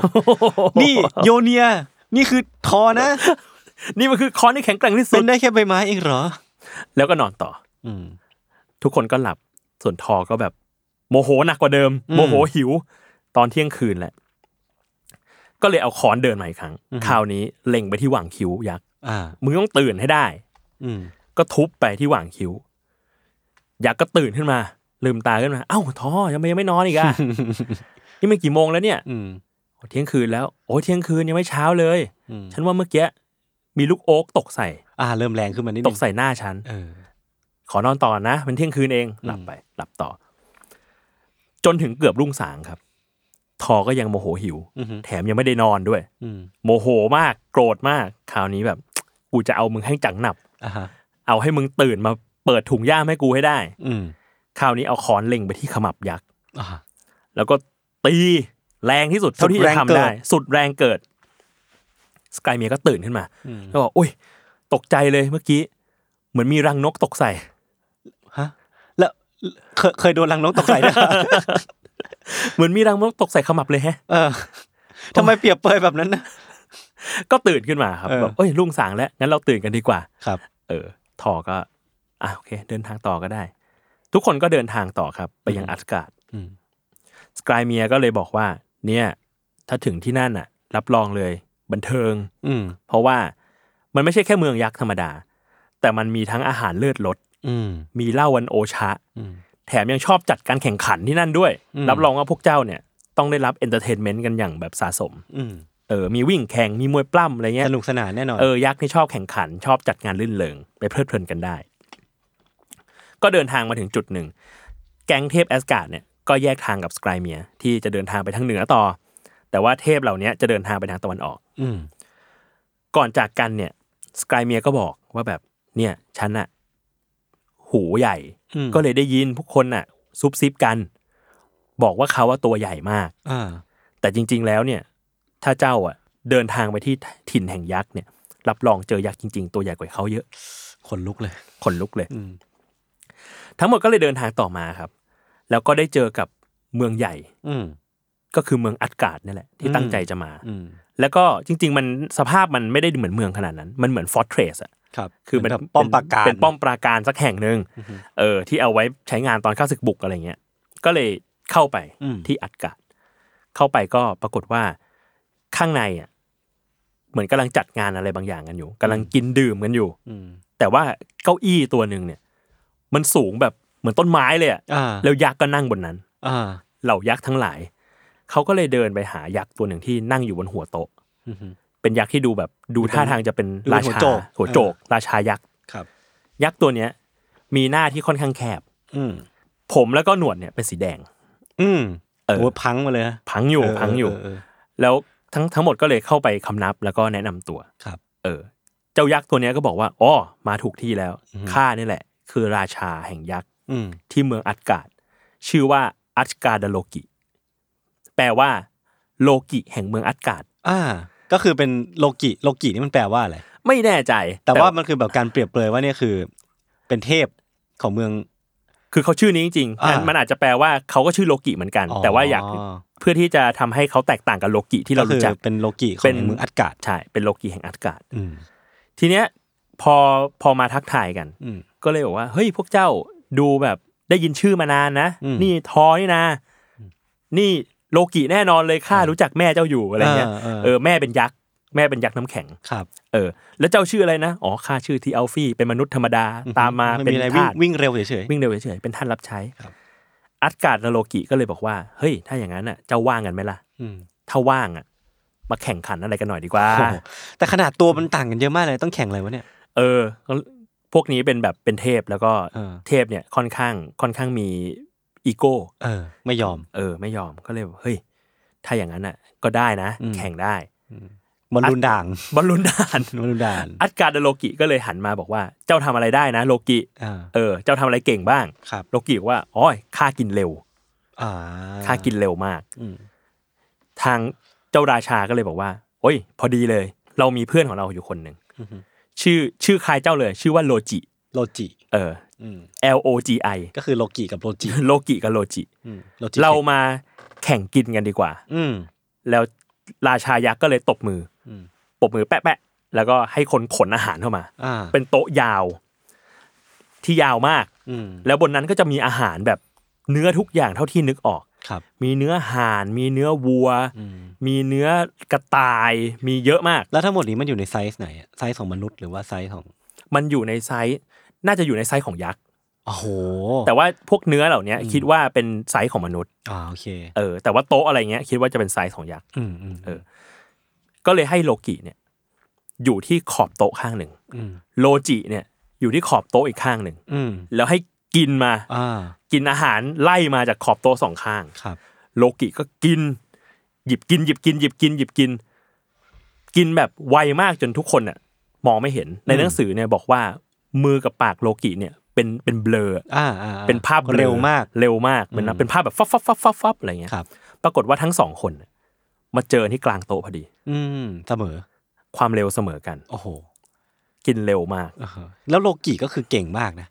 S3: นี่โยเนีย นี่คือทอ (laughs) นะ
S2: นี่มันคือค้อนที่แข็งแกร่งที่สุ
S3: เป็
S2: ด
S3: นได้แค่ใบไม้เองเหรอ
S2: แล้วก็นอนต่อ
S3: อืม
S2: ทุกคนก็หลับส่วนทอก็แบบ โมโหหนักกว่าเดิม
S3: อืม
S2: โมโหหิว ตอนเที่ยงคืนแหละ ก็เลยเอาค้อนเดินมาอีกครั้ง
S3: อือฮึ
S2: คราวนี้เล็งไปที่หว่างคิ้วยักษ์
S3: อ่า
S2: มึงต้องตื่นให้ได้
S3: อืม
S2: ก็ทุบไปที่หว่างคิ้วยักษ์ก็ตื่นขึ้นมา ลืมตาขึ้นมา เอ้าทอยังไม่ยังไม่นอนอีกอะ
S3: (laughs)
S2: นี่มันกี่โมงแล้วเนี่ย
S3: อืม
S2: เที่ยงคืนแล้ว โอ้ยเที่ยงคืนยังไม่เช้าเลย
S3: อืม
S2: ฉันว่าเมื่อกี้มีลูกโอ๊กตกใส่
S3: อ่า เริ่มแรงขึ้นมานิด
S2: ต
S3: นึ
S2: ก
S3: ง
S2: ใส่หน้าฉัน
S3: เออ
S2: ขอนอนต่อนะมันเที่ยงคืนเองหลับไป หลับต่อ จนถึงเกือบรุ่งสางครับ ทอก็ยังโมโหหิว
S3: อือหือ
S2: แถมยังไม่ได้นอนด้วย
S3: อืม
S2: โมโหมากโกรธมาก คราวนี้แบบ กูจะเอามึงให้จังหนับ
S3: อ่าฮะ
S2: เอาให้มึงตื่นมาเปิดถุงย่ามให้กูให้ได้
S3: อืม
S2: คราวนี้เอาค้อนเล็งไปที่ขมับยักษ์
S3: อ่า
S2: แล้วก็ตีแรงที่สุดเท่าที่
S3: สุดแร
S2: จะ
S3: ง
S2: ทำได้
S3: เกิด
S2: สุดแรงเกิด สกายเมียก็ตื่นขึ้นมาแล้วบอกโอ้ย ตกใจเลยเมื่อกี้ เหมือนมีรังนกตกใส่
S3: ฮะ แล้วเคยเคยโดนรังนกตกใส่ด้วย (laughs)
S2: เหมือนมีรังนกตกใส่ขมับเลยแฮะ
S3: เออทำไมเปรียบเปรยแบบนั้นนะ
S2: ก็ตื่นขึ้นมาครับ
S3: เออ
S2: แบบเอ้ยรุ่งสางแล้วงั้นเราตื่นกันดีกว่า
S3: ครับ
S2: เออทอก็อ่ะโอเค เดินทางต่อก็ได้ ทุกคนก็เดินทางต่อครับ ไปยังอัสการ์ด
S3: อืม
S2: สกายเมียก็เลยบอกว่า เนี่ย ถ้าถึงที่นั่นอ่ะ รับรองเลย บันเทิง
S3: อืม
S2: เพราะว่ามันไม่ใช่แค่เมืองยักษ์ธรรมดา แต่มันมีทั้งอาหารเลือดรส
S3: อืม
S2: มีเหล้าวันโอชะ
S3: อืม
S2: แถมยังชอบจัดการแข่งขันที่นั่นด้วย
S3: อืม
S2: รับรองว่าพวกเจ้าเนี่ย ต้องได้รับเอนเตอร์เทนเมนต์กันอย่างแบบสะสม
S3: อืม
S2: เออ มีวิ่งแข่ง มีมวยปล้ำอะไรเงี้ย
S3: สนุกสนานแน่นอน
S2: เออ ยักษ์ที่ชอบแข่งขัน ชอบจัดงานลื่นเริง ไปเพลิดเพลินกันได้ ก็เดินทางมาถึงจุดหนึ่ง แก๊งเทพแอสการ์ดเนี่ย ก็แยกทางกับสไกรเมียที่จะเดินทางไปทางเหนือต่อ แต่ว่าเทพเหล่านี้จะเดินทางไปทางตะวันออก
S3: ม
S2: ก่อนจากกันเนี่ยสกายเมียก็บอกว่าแบบเนี่ยฉันอะหูใหญ่
S3: อืม
S2: ก็เลยได้ยินพวกคนน่ะ ซุบซิบกัน บอกว่าเขาว่าตัวใหญ่มาก
S3: อ่า
S2: แต่จริง ๆ แล้วเนี่ย ถ้าเจ้าอ่ะ เดินทางไปที่ถิ่นแห่งยักษ์เนี่ย รับรองเจอยักษ์จริง ๆ ตัวใหญ่กว่าเขาเยอะ
S3: ขนลุกเลย
S2: ขนลุกเลย
S3: อืม
S2: ทั้งหมดก็เลยเดินทางต่อมาครับ แล้วก็ได้เจอกับเมืองใหญ่
S3: อืม
S2: ก็คือเมืองอัดการ์ดนี่แหละที่ตั้งใจจะมา
S3: อืม
S2: แล้วก็จริง ๆ มันสภาพมันไม่ได้เหมือนเมืองขนาดนั้น มันเหมือนฟอร์เทรสอะ
S3: ครับ
S2: คือมัน
S3: เหแบบป้อมปราการ
S2: เป็นป้อมปราการสักแห่งหนึ่งเออที่เอาไว้ใช้งานตอนเข้าศึกบุกอะไรเงี้ย ก็เลยเข้าไป
S3: อืม
S2: ที่อัดกัดเข้าไปก็ปรากฏว่าข้างในอ่ะเหมือนกำลังจัดงานอะไรบางอย่างกันอยู่กำลังกินดื่มกันอยู่
S3: อืม
S2: แต่ว่าเก้าอี้ตัวหนึ่งเนี่ย มันสูงแบบเหมือนต้นไม้เลยอ่ะ
S3: อ่า
S2: แล้วยักษ์ก็นั่งบนนั้น
S3: อ่า
S2: เหล่ายักษ์ทั้งหลายเขาก็เลยเดินไปหายักษ์ตัวหนึ่งที่นั่งอยู่บนหัวโต๊ะ
S3: อือฮึ
S2: เป็นยักษ์ที่ดูแบบดูท่าทางจะเป็น
S3: ดู
S2: รา
S3: เป็นหัว
S2: ชา
S3: โจก
S2: หัวโจก ราชายักษ
S3: ครับ
S2: ยักษ์ตัวเนี้ยมีหน้าที่ค่อนข้างแคบ
S3: อืม
S2: ผมแล้วก็หนวดเนี่ยเป็นสีแดง
S3: อืม
S2: เออ
S3: โอ้ยพังมาเลยนะ
S2: พังอยู่
S3: เเ
S2: พังอยู่
S3: เเ
S2: แล้วทั้งทั้งหมดก็เลยเข้าไปคำนับแล้วก็แนะนำตัว
S3: ครับ
S2: เออ เจ้ายักษ์ตัวเนี้ยก็บอกว่าอ๋อมาถูกที่แล้ว
S3: อืม
S2: ข้านี่แหละ คือราชาแห่งยักษ์
S3: อืม
S2: ที่เมืองอัดกาดชื่อว่าอัดกาดาโลกิ แปลว่าโลกิแห่งเมืองอัดกาด
S3: อ่า ก็คือเป็นโลกิโลกินี่มันแปลว่าอะไร
S2: ไม่แน่ใจ
S3: แต่ว่ามันคือแบบการเปรียบเปรยว่าเนี่ยคือ เป็นเทพของเมือง
S2: คือเขาชื่อนี้จริงๆงั้น
S3: อ่ามั
S2: มันอาจจะแปลว่าเขาก็ชื่อโลกิเหมือนกัน
S3: อ๋อ
S2: แต่ว่าอยากเพื่อที่จะทำให้เขาแตกต่างกับโลกิที่เรา
S3: คื
S2: รู้จัก
S3: เป็นโลกิขอ
S2: เป็
S3: ง
S2: น
S3: เมืองอัดกาด
S2: ใช่เป็นโลกิแห่งอัดกาด
S3: อืม
S2: ทีเนี้ยพอพอมาทักทายกัน
S3: อืม
S2: ก็เลยบอกว่า เฮ้ยพวกเจ้าดูแบบได้ยินชื่อมานานนะ
S3: อืม
S2: นี่ทอนี่นะ นี่โลกิแน่นอนเลยข้ารู้จักแม่เจ้าอยู่อะไรเงี้ย
S3: เออเออ
S2: เออแม่เป็นยักษ์แม่เป็นยักษ์น้ำแข็ง
S3: ครับ
S2: เออแล้วเจ้าชื่ออะไรนะอ๋อข้าชื่อที่อัลฟี่เป็นมนุษย์ธรรมดาตามมาเป็น
S3: มีอะไรวิ่ง
S2: ทาส
S3: วิ่งเร็วเฉย
S2: วิ่งเร็วเฉยๆเป็นท่านรับใช้
S3: ครับ
S2: อัดการ์ดและโลกิก็เลยบอกว่าเฮ้ยถ้าอย่างนั้นน่ะเจ้าว่างกันไหมล่ะ
S3: ๆอืม
S2: ถ้าว่างอ่ะมาแข่งขันอะไรกันหน่อยดีกว่า
S3: โอ้โหแต่ขนาดตัวมันต่างกันเยอะมากเลยต้องแข่งอะไรวะเนี่ย
S2: เออก็พวกนี้เป็นแบบเป็นเทพแล้วก็
S3: เออ
S2: เทพเนี่ยค่อนข้างค่อนข้างมีอีโก้
S3: เออ ไม่ยอม
S2: เออ ไม่ยอมก็เลยแบบเฮ้ย ถ้าอย่างนั้นอ่ะ ก็ได้นะ
S3: อืม
S2: แข่งได้
S3: บอลลูนด่าง
S2: บอลลูนดาน
S3: บอลลูนด่าง
S2: อัดการ์ดโลกิก็เลยหันมาบอกว่า เจ้าทำอะไรได้นะ โลกิ
S3: อ่า
S2: เออ เจ้าทำอะไรเก่งบ้าง
S3: ครับ
S2: โลกิบอกว่าอ้อยข้ากินเร็ว
S3: อ่า
S2: ข้ากินเร็วมาก
S3: อืม
S2: ทางเจ้าราชาก็เลยบอกว่า โอ้ย พอดีเลย เรามีเพื่อนของเราอยู่คนหนึ่งชื่อชื่อคล้ายเจ้าเลย ชื่อว่าโลจิ
S3: โลจิ
S2: เออ
S3: อืม
S2: L O G I
S3: ก็คือโลกิกับโลจิ
S2: โลกิกับโลจิ
S3: อืมโลจิ
S2: เรามาแข่งกินกันดีกว่า
S3: อืม
S2: แล้วราชายักษ์ก็เลยตบมืออ
S3: ม
S2: ปรบมือแปะแปะๆแล้วก็ให้คนขนอาหารเข้ามา
S3: อ่า
S2: เป็นโต๊ะยาว ที่ยาวมาก
S3: อืม
S2: แล้วบนนั้นก็จะมีอาหารแบบเนื้อทุกอย่างเท่าที่นึกออก
S3: ครับ
S2: มีเนื้อห่าน มีเนื้อวัว
S3: อืม
S2: มีเนื้อกระต่าย มีเยอะมาก
S3: แล้วทั้งหมดนี้มันอยู่ในไซส์ไหนอะไซส์ของมนุษย์หรือว่าไซส์ของ
S2: มันอยู่ในไซส์น่าจะอยู่ในไซส์ของยักษ์
S3: โอ้โห
S2: แต่ว่าพวกเนื้อเหล่านี้คิดว่าเป็นไซส์ของมนุษย์
S3: อ่าโอเค
S2: เออ แต่ว่าโต๊ะอะไรเงี้ยคิดว่าจะเป็นไซส์ของยักษ์
S3: อืมอืม
S2: เออ ก็เลยให้โลกิเนี่ย อยู่ที่ขอบโต๊ะข้างหนึ่ง
S3: อืม
S2: โลจิเนี่ย อยู่ที่ขอบโต๊ะอีกข้างหนึ่ง
S3: อืม
S2: แล้วให้กินมา
S3: อ่า
S2: กินอาหารไล่มาจากขอบโต๊ะสองข้าง
S3: ครับ
S2: โลกิก็กิน หยิบกินหยิบกินหยิบกินหยิบกิน กินแบบไวมากจนทุกคนน่ะ มองไม่เห็นในหนังสือเนี่ยบอกว่ามือกับปากโลกิเนี่ย เป็นเป็นเบลอ
S3: อ่าอ่าอ่
S2: เป็นภาพบลอ
S3: เร็วมาก
S2: เร็วมากเหมือนนะ
S3: อืม
S2: เป็นภาพแบบฟับฟับฟับฟับฟับอะไรเงี้ย
S3: ครับ
S2: ปรากฏว่าทั้งสองคนน่ะมาเจอที่กลางโต๊ะพอดี
S3: อืมเสมอ
S2: ความเร็วเสมอกัน
S3: โอ้โห
S2: กินเร็วมาก
S3: อ่าฮะแล้วโลกิก็คือเก่งมากนะ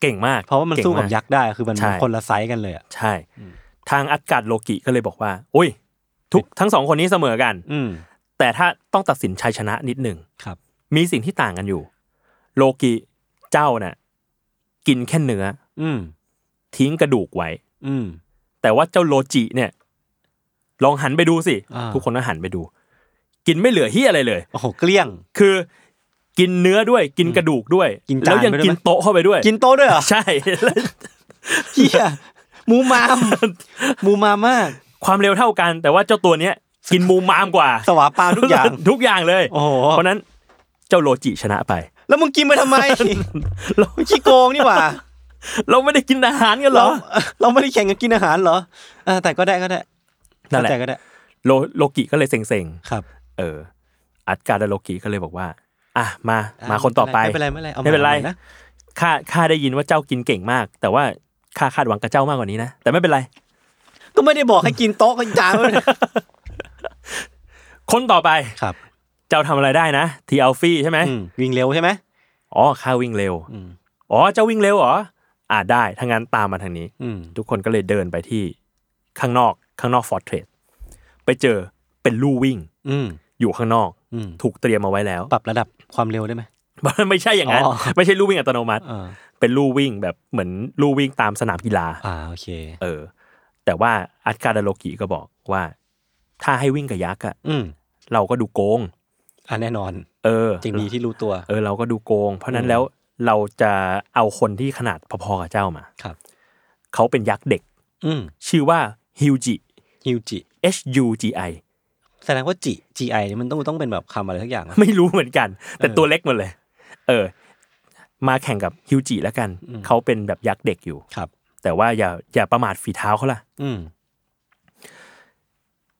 S2: เก่งมาก
S3: เพราะว่ามัน
S2: เง
S3: สู้กับ
S2: ม
S3: ยักษ์ได้คือมัน
S2: ใช่
S3: คนละไซส์กันเลยอ่ะ
S2: ใช่ ทางอัดการ์ดโลกิก็เลยบอกว่า อุ้ย ทุกทั้งสองคนนี้เสมอกัน
S3: อืม
S2: แต่ถ้าต้องตัดสินชัยชนะนิดหนึ่ง
S3: ครับ
S2: มีสิ่งที่ต่างกันอยู่ โลกิเจ้าน่ะ กินแค่เนื้อ
S3: อืม
S2: ทิ้งกระดูกไว้
S3: อืม
S2: แต่ว่าเจ้าโลจิเนี่ย ลองหันไปดูสิ
S3: อ่า
S2: ทุกคนก็หันไปดู กินไม่เหลือเฮียอะไรเลย
S3: โอ้โหเกลี้ยง
S2: คือกินเนื้อด้วยกินกระดูกด้วย
S3: กินจาน
S2: แล้วยัง
S3: ไปด้วย
S2: กิน
S3: ไหม
S2: โต๊ะเข้าไปด้วย
S3: กินโต๊ะด้วยเหรอ
S2: ใช่
S3: เฮียหมูม (laughs) ามหมูมามาก
S2: ความเร็วเท่ากัน แต่ว่าเจ้าตัวเนี้ยกินมูมามกว่า
S3: สวาปาทุกอย่าง
S2: ทุกอย่างเลย
S3: โอ้โห
S2: เพราะนั้นเจ้าโลจิชนะไป
S3: แล้วมึงกินไปทำไม
S2: เรา
S3: (laughs) มึงขี้โกงนี่หว่า
S2: เราไม่ได้กินอาหารกันเหร
S3: เรา
S2: อ
S3: เราไม่ได้แข่งกันกินอาหารเหรออ่าแต่ก็ได้ก็ได้
S2: นั่นแหละ
S3: เข้าใจก็ได้
S2: โลโลกิก็เลยเซ็ง
S3: ครับ
S2: ๆเออ อัดการดาโลกิก็เลยบอกว่า อ่ะมามาคนต่อไป
S3: ไม่เป็นไรไม่เป็นไรอา
S2: ไม่เป็นไร
S3: หาหอยนะ
S2: ข้าข้าได้ยินว่าเจ้ากินเก่งมาก แต่ว่าข้าคาดหวังกับเจ้ามากกว่านี้นะ แต่ไม่เป็นไร
S3: ก็ไม่ได้บอกให้กินโต๊ะกินจานไว้เลย
S2: คนต่อไป
S3: ครับ
S2: เจ้าทำอะไรได้นะ ทีอัลฟี่ใช่ไหม
S3: อืมวิ่งเร็วใช่ไหม
S2: อ๋อข้าวิ่งเร็ว
S3: อืม
S2: อ๋อเจ้าวิ่งเร็วเหรออ่าได้ถ้างั้นตามมาทางนี้
S3: อืม
S2: ทุกคนก็เลยเดินไปที่ข้างนอกข้างนอกฟอร์เทรสไปเจอเป็นลู่วิ่ง
S3: อืม
S2: อยู่ข้างนอก
S3: อืม
S2: ถูกเตรียมเอาไว้แล้ว (laughs)
S3: ปรับระดับความเร็วได้ไหม
S2: ไม่ใช่อย่างนั้น
S3: อ๋อ
S2: ไม่ใช่ลู่วิ่งอัตโนมัติ
S3: อ่า
S2: เป็นลู่วิ่งแบบเหมือนลู่วิ่งตามสนามกีฬา
S3: อ่าโอเค
S2: เออ แต่ว่าอัดการดาโลกิก็บอกว่า ถ้าให้วิ่งกับยักษ์อะ
S3: อืม
S2: เราก็ดูโกง
S3: อ่าแน่นอน
S2: เออ
S3: จริงดีที่รู้ตัว
S2: เออ เราก็ดูโกง เพราะฉะนั้
S3: อื
S2: น
S3: ม
S2: แล้วเราจะเอาคนที่ขนาดพอๆกับเจ้ามา
S3: ครับ
S2: เขาเป็นยักษ์เด็ก
S3: อืม
S2: ชื่อว่าฮิวจิ
S3: ฮิวจิ
S2: H U G I
S3: แสดงว่าจิ GI เนี่ยมันต้องต้องเป็นแบบคำอะไรสักอย่างอะ
S2: ไม่รู้เหมือนกัน แต่
S3: เออ
S2: ตัวเล็กหมดเลย เออ มาแข่งกับฮิวจิแล้วกัน
S3: อืม
S2: เขาเป็นแบบยักษ์เด็กอยู่
S3: ครับ
S2: แต่ว่าอย่าอย่าประมาทฝีเท้าเขาล่ะ
S3: อืม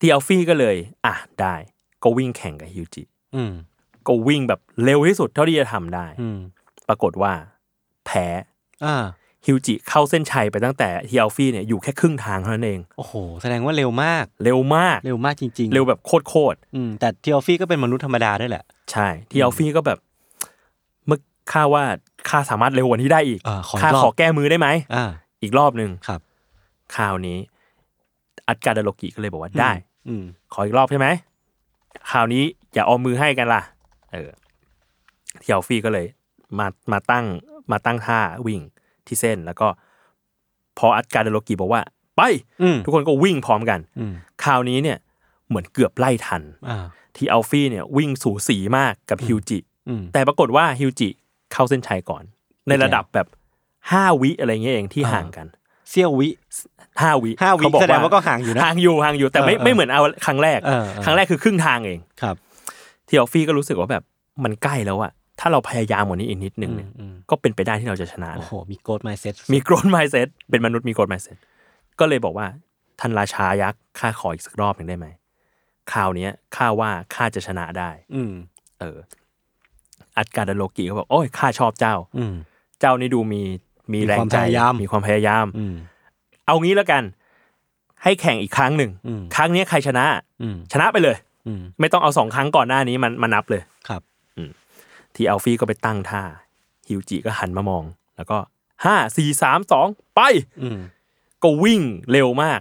S2: ทีอัลฟี่ก็เลย อ่ะ ได้ ก็วิ่งแข่งกับฮิวจิ
S3: อืม
S2: ก็วิ่งแบบเร็วที่สุดเท่าที่จะทำได้
S3: อืม
S2: ปรากฏว่า แพ้
S3: อ่า
S2: ฮิวจิเข้าเส้นชัยไปตั้งแต่ทีอัลฟี่เนี่ยอยู่แค่ครึ่งทางเท่านั้นเอง
S3: โอ้โห แสดงว่าเร็วมาก
S2: เร็วมาก
S3: เร็วมากจริงๆ
S2: เร็วแบบโคตร
S3: อืมแต่ทีออฟฟี่ก็เป็นมนุษย์ธรรมดาด้วยแหละ
S2: ๆใช่ ทีอัลฟี่ก็แบบ เมื่อข้าว่าข้าสามารถเร็วกว่านี้ได้อีก
S3: อ่าขอ
S2: ข้า
S3: อีกรอ
S2: ขอบ แก้มือได้ไหม
S3: อ่า
S2: อีกรอบหนึ่ง
S3: ครับ
S2: คราวนี้ อัดการดาโลกิก็เลยบอกว่าได้
S3: อืม
S2: ขออีกรอบใช่ไหม คราวนี้อย่าเอามือให้กันล่ะ เออเทียวฟี่ก็เลย มามาตั้งมาตั้งท่าวิ่งที่เส้นแล้วก็ พออัดการเดโลกีบอกว่า ไป
S3: อืม
S2: ทุกคนก็วิ่งพร้อมกัน
S3: อืม
S2: คราวนี้เนี่ยเหมือนเกือบไล่ทัน
S3: อ่า
S2: ทีอัลฟี่เนี่ยวิ่งสูสีมากกับฮิวจิ
S3: อืม
S2: แต่ปรากฏว่าฮิวจิเข้าเส้นชัยก่อน ในระดับแบบห้าวิอะไรเงี้ยเองที่
S3: อ่า
S2: ห่างกัน
S3: เซี่ยววิ
S2: ห้าวิ
S3: ห้าวิ
S2: เขบอก
S3: แสดงว่าก็ห่างอยู่นะ
S2: ห่างอยู่ห่างอยู่แต่ไม่
S3: เออเออ
S2: ไม่เหมือนเอาครั้งแรก
S3: เออเออ
S2: ครั้งแรกคือครึ่งทางเอง
S3: ครับ
S2: ทีออฟฟี่ก็รู้สึกว่าแบบมันใกล้แล้วอะถ้าเราพยายามกว่านี้อีกนิดหนึ่งเนี่ย
S3: อืม
S2: ก็เป็นไปได้ที่เราจะชนะ
S3: โอ้
S2: นะ
S3: โห มีโกดไมเซ็ต
S2: มีโกรนไมเซ็ตเป็นมนุษย์มีโกรนไมเซ็ตก็เลยบอกว่าท่านราชายักษ์ข้าขออีกสักรอบหนึ่งได้ไหมคราวเนี้ยข้าว่าข้าจะชนะได้
S3: อืม
S2: เออ อัดการดันโลกิก็บอกโอ้ยข้าชอบเจ้า
S3: อืม
S2: เจ้านี่ดูมีมีแรง
S3: มี
S2: ใจ
S3: ความพยายาม
S2: มีความพยายาม
S3: อืม
S2: เอางี้แล้วกัน ให้แข่งอีกครั้งหนึ่ง
S3: อืม
S2: ครั้งเนี้ยใครชนะ
S3: อืม
S2: ชนะไปเลย
S3: อืม
S2: ไม่ต้องเอาสองครั้งก่อนหน้านี้มันมานับเลย
S3: ครับ
S2: ที่อัลฟี่ก็ไปตั้งท่า ฮิวจิก็หันมามอง แล้วก็ห้าสี่สามสองไป
S3: อืม
S2: ก็วิ่งเร็วมาก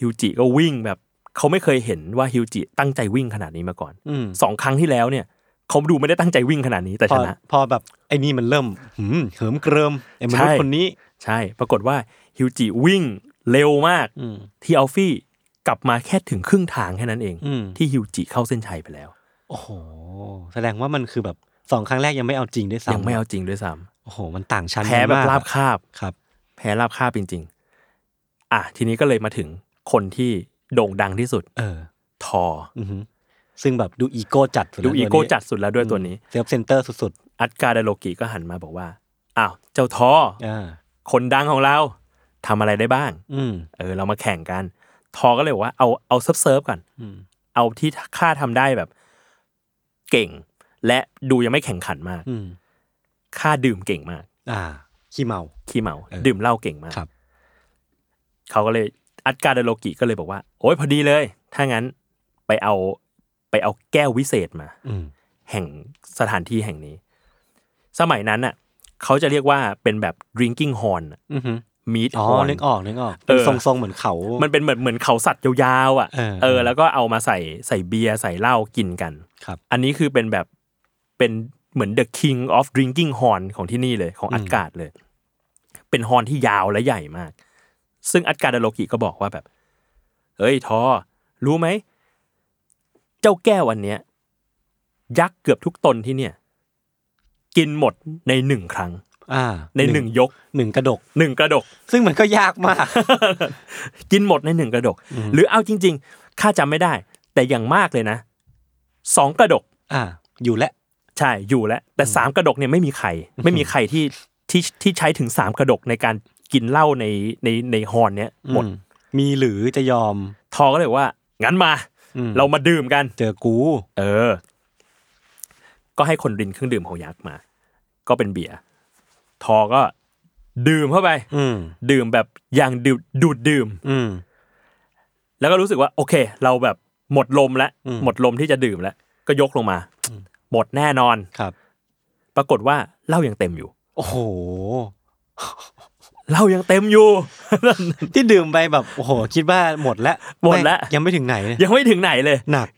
S2: ฮิวจิก็วิ่งแบบ เขาไม่เคยเห็นว่าฮิวจิตั้งใจวิ่งขนาดนี้มาก่อน
S3: อืม
S2: สองครั้งที่แล้วเนี่ย เขาดูไม่ได้ตั้งใจวิ่งขนาดนี้แต่
S3: พ
S2: ช
S3: อ
S2: นะ
S3: พอแบบไอ้นี่มันเริ่มหืมเหิมเกริมไอ้มนุษ
S2: ใช่
S3: ย์คนนี้
S2: ใช่ ปรากฏว่าฮิวจิวิ่งเร็วมาก
S3: อืม
S2: ที่อัลฟี่กลับมาแค่ถึงครึ่งทางแค่นั้นเอง
S3: อืม
S2: ที่ฮิวจิเข้าเส้นชัยไปแล้ว
S3: โอ้โห แสดงว่ามันคือแบบสองครั้งแรกยังไม่เอาจริงด้วยซ้ำ
S2: ยังไม่เอาจริงด้วยซ้
S3: โอ้โห มันต่างชั้น
S2: ำแพ้แบบ
S3: กันมก
S2: ราบคาบ
S3: ครับ
S2: แพ้ราบคาบจริง ๆ อ่ะ ทีนี้ก็เลยมาถึงคนที่โด่งดังที่สุด
S3: เออ
S2: ทอ
S3: อือหือซึ่งแบบดูอีโก้จัดสุด
S2: ดู
S3: แล้ว
S2: อี
S3: ตัว
S2: โก้
S3: นี้
S2: จัดสุดแล้วด้วยตัวนี้
S3: เซลฟเซนเตอร์สุด
S2: อัดการดาโลกิก็หันมาบอกว่า อ้าว เจ้าทอ
S3: ๆอ่า
S2: คนดังของเราทำอะไรได้บ้าง
S3: อืม
S2: เออ เรามาแข่งกัน ทอก็เลยบอกว่า เอาเอาเซิร์ฟเซิร์ฟก่อน
S3: อืม
S2: เอาที่ค่าทำได้แบบ เก่ง และดูยังไม่แข่งขันมาก
S3: อืม
S2: ค่าดื่มเก่งมาก
S3: อ่าขี้เมา
S2: ขี้เมา
S3: เออ
S2: ดื่มเหล้าเก่งมาก
S3: ครับ
S2: เขาก็เลยอัดการดาโลกิก็เลยบอกว่า โอ้ยพอดีเลย ถ้างั้นไปเอาไปเอาแก้ววิเศษมา
S3: อืม
S2: แห่งสถานที่แห่งนี้ สมัยนั้นน่ะเขาจะเรียกว่าเป็นแบบ drinking horn น่ะ
S3: อือหือ
S2: meat
S3: อ๋อ
S2: horn
S3: นึกออกนึกออก
S2: เอ
S3: เป็น
S2: อ
S3: ทรงๆเหมือนเขามั
S2: มันเป็นเหมือนเหมือนเขาสัตว์ยาวๆอ่ะ
S3: เออ
S2: เออ แล้วก็เอามาใส่ใส่เบียร์ใส่เหล้ากินกัน
S3: ครับ
S2: อันนี้คือเป็นแบบเป็นเหมือน the king of drinking horn ของที่นี่เลยของอัดการ์ดเลย เป็นฮอร์นที่ยาวและใหญ่มาก ซึ่งอัดการ์ดาโลกิก็บอกว่าแบบ เฮ้ยทอ รู้ไหม เจ้าแก้วอันเนี้ย ยักษ์เกือบทุกตนที่เนี่ย กินหมดในหนึ่งครั้ง
S3: อ่า
S2: ในหนึ่งยก
S3: หนึ่งกระดก
S2: หนึ่งกระดก
S3: ซึ่งมันก็ยากมาก
S2: (laughs) กินหมดในหนึ่งกระดก หรือเอาจริง ๆ ข้าจำไม่ได้ แต่อย่างมากเลยนะสองกระดก
S3: อ่า อยู่แล้ว
S2: ใช่อยู่แล้ว แต่สามกระดกเนี่ยไม่มีใคร ไม่มีใครที่ที่ที่ใช้ถึงสามกระดกในการกินเหล้าในในในฮอนเนี้ยหมด
S3: อืมีหรือจะยอม
S2: ทอก็เลยว่า งั้นมา
S3: อืม
S2: เรามาดื่มกัน
S3: เจอกู
S2: เออ ก็ให้คนรินเครื่องดื่มของยักษ์มา ก็เป็นเบียร์ทอก็ดื่มเข้าไป
S3: อืม
S2: ดื่มแบบอย่างดูดดูดดื่ม
S3: อืม
S2: แล้วก็รู้สึกว่า โอเค เราแบบหมดลมแล้ว
S3: อืม
S2: หมดลมที่จะดื่มแล้ว ก็ยกลงมา หมดแน่นอน
S3: ครับ
S2: ปรากฏว่าเหล้ายังเต็มอยู่
S3: โอ้โห
S2: เหล้ายังเต็มอยู่ (laughs)
S3: ที่ดื่มไปแบบโอ้โห คิดว่าหมดแล้ว
S2: หมดแล้ว
S3: ไยังไม่ถึงไหนเลย
S2: ยังไม่ถึงไหนเลย
S3: หนัก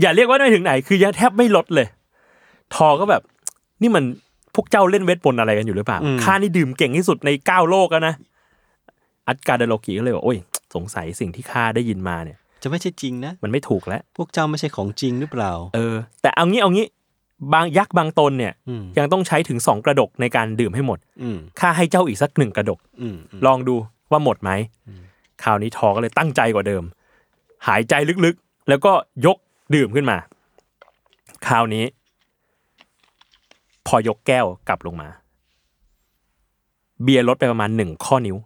S2: อย่าเรียกว่าไม่ถึงไหน คือยังแทบไม่ลดเลย ทอก็แบบ นี่มันพวกเจ้าเล่นเวทมนต์อะไรกันอยู่หรือเปล่า
S3: อืม
S2: ข้านี่ดื่มเก่งที่สุดในเก้าโลกแล้วนะอัดการเดโลกีก็เลยบอกโอ้ยสงสัยสิ่งที่ข้าได้ยินมาเนี่ย
S3: จะไม่ใช่จริงนะ
S2: มันไม่ถูกแล้ว
S3: พวกเจ้าไม่ใช่ของจริงหรือเปล่า
S2: เออ แต่เอางี้เอางี้ บางยักษ์บางตนเนี่ย
S3: อืม
S2: ยังต้องใช้ถึงสองกระดกในการดื่มให้หมด
S3: อืม
S2: ข้าให้เจ้าอีกสักหนึ่งกระดก
S3: อืม
S2: ลองดูว่าหมดไหม คราวนี้ทอก็เลยตั้งใจกว่าเดิม หายใจลึกๆ แล้วก็ยกดื่มขึ้นมา คราวนี้ พอยกแก้วกลับลงมา เบียร์ลดไปประมาณหนึ่งข้อนิ้ว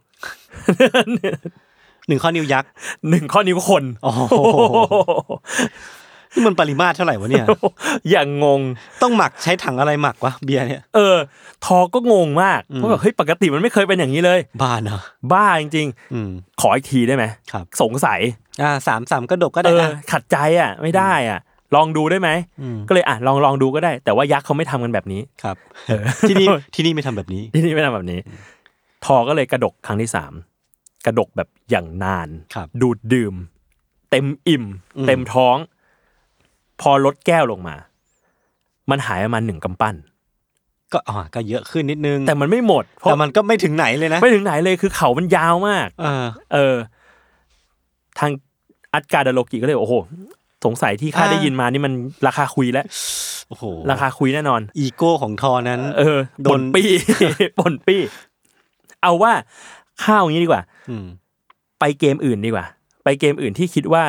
S3: หนึ่งข้อนิ้วยักษ์
S2: หนึ่งข้อนิ้วคน
S3: โอ้โหนี่มันปริมาตรเท่าไหร่วะเนี่ย
S2: อย่างงง
S3: ต้องหมักใช้ถังอะไรหมักวะเบียร์เนี่ย
S2: เออ ทอก็งงมากเพราะแบบเฮ้ยปกติมันไม่เคยเป็นอย่างนี้เลย
S3: บ้าเนาะ
S2: บ้าจริง
S3: อืม
S2: ๆ ขออีกทีได้ไหม
S3: ครับ
S2: สงสัย
S3: อ่าสามสามกระดกก็
S2: เอ
S3: ได้
S2: อ
S3: นะ
S2: ขัดใจอ่ะ ไม่ได้อ่ะ ลองดูได้ไหม
S3: ม
S2: ก็เลยอ่ะลองลองดูก็ได้ แต่ว่ายักษ์เขาไม่ทำกันแบบนี้ (laughs)
S3: ครับที่นี่ที่นี่ไม่ทำแบบนี้
S2: ที่นี่ไม่ทำแบบนี้ ทอก็เลยกระดกครั้งที่สามกระดกแบบอย่างนาน
S3: ครับ
S2: ดูดดื่ม เต็มอิ่ม
S3: อืม
S2: เต็มท้อง พอลดแก้วลงมา มันหายประมาณหนึ่งกำปั้น
S3: ก็อ่าก็เยอะขึ้นนิดนึง
S2: แต่มันไม่หมด เพราะ
S3: แต่มันก็ไม่ถึงไหนเลยนะ
S2: ไม่ถึงไหนเลยคือเขามันยาวมาก
S3: เออ
S2: เออ ทางอัดการดาโลกิก็เลยโอ้โห สงสัยที่ข้า
S3: อ่า
S2: ได้ยินมานี่มันราคาคุยแล้ว
S3: โอ้โห
S2: ราคาคุยแน่นอน
S3: อีโก้ของทอนั้น
S2: เออ
S3: โด
S2: ป่น
S3: น
S2: ปี้ ป่นปี้ เอาว่าข้าวอย่างนี้ดีกว่า
S3: ม
S2: ไปเกมอื่นดีกว่า ไปเกมอื่นที่คิดว่า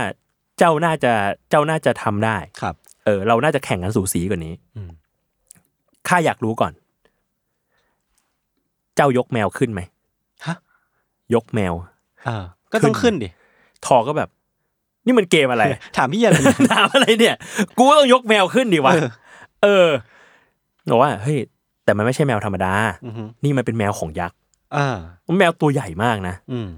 S2: เจ้าน่าจะเจ้าน่าจะทำได้
S3: ครับ
S2: เออ เราน่าจะแข่งกันสูสีกว่านี้
S3: อืม
S2: ข้าอยากรู้ก่อน เจ้ายกแมวขึ้นไหม
S3: ฮะ
S2: ยกแมว
S3: อ่าก็ต้องขึ้นดิ
S2: ทอก็แบบ นี่มันเกมอะไร (laughs)
S3: ถามพี่ยัน
S2: ถามอะไรเนี่ย กูก็ต้องยกแมวขึ้นดิวะ
S3: เออ
S2: เออบอกว่าเฮ้ยแต่มันไม่ใช่แมวธรรมดา
S3: อือฮึ
S2: นี่มันเป็นแมวของยักษ์
S3: อ่า
S2: แมวตัวใหญ่มากนะ
S3: อืม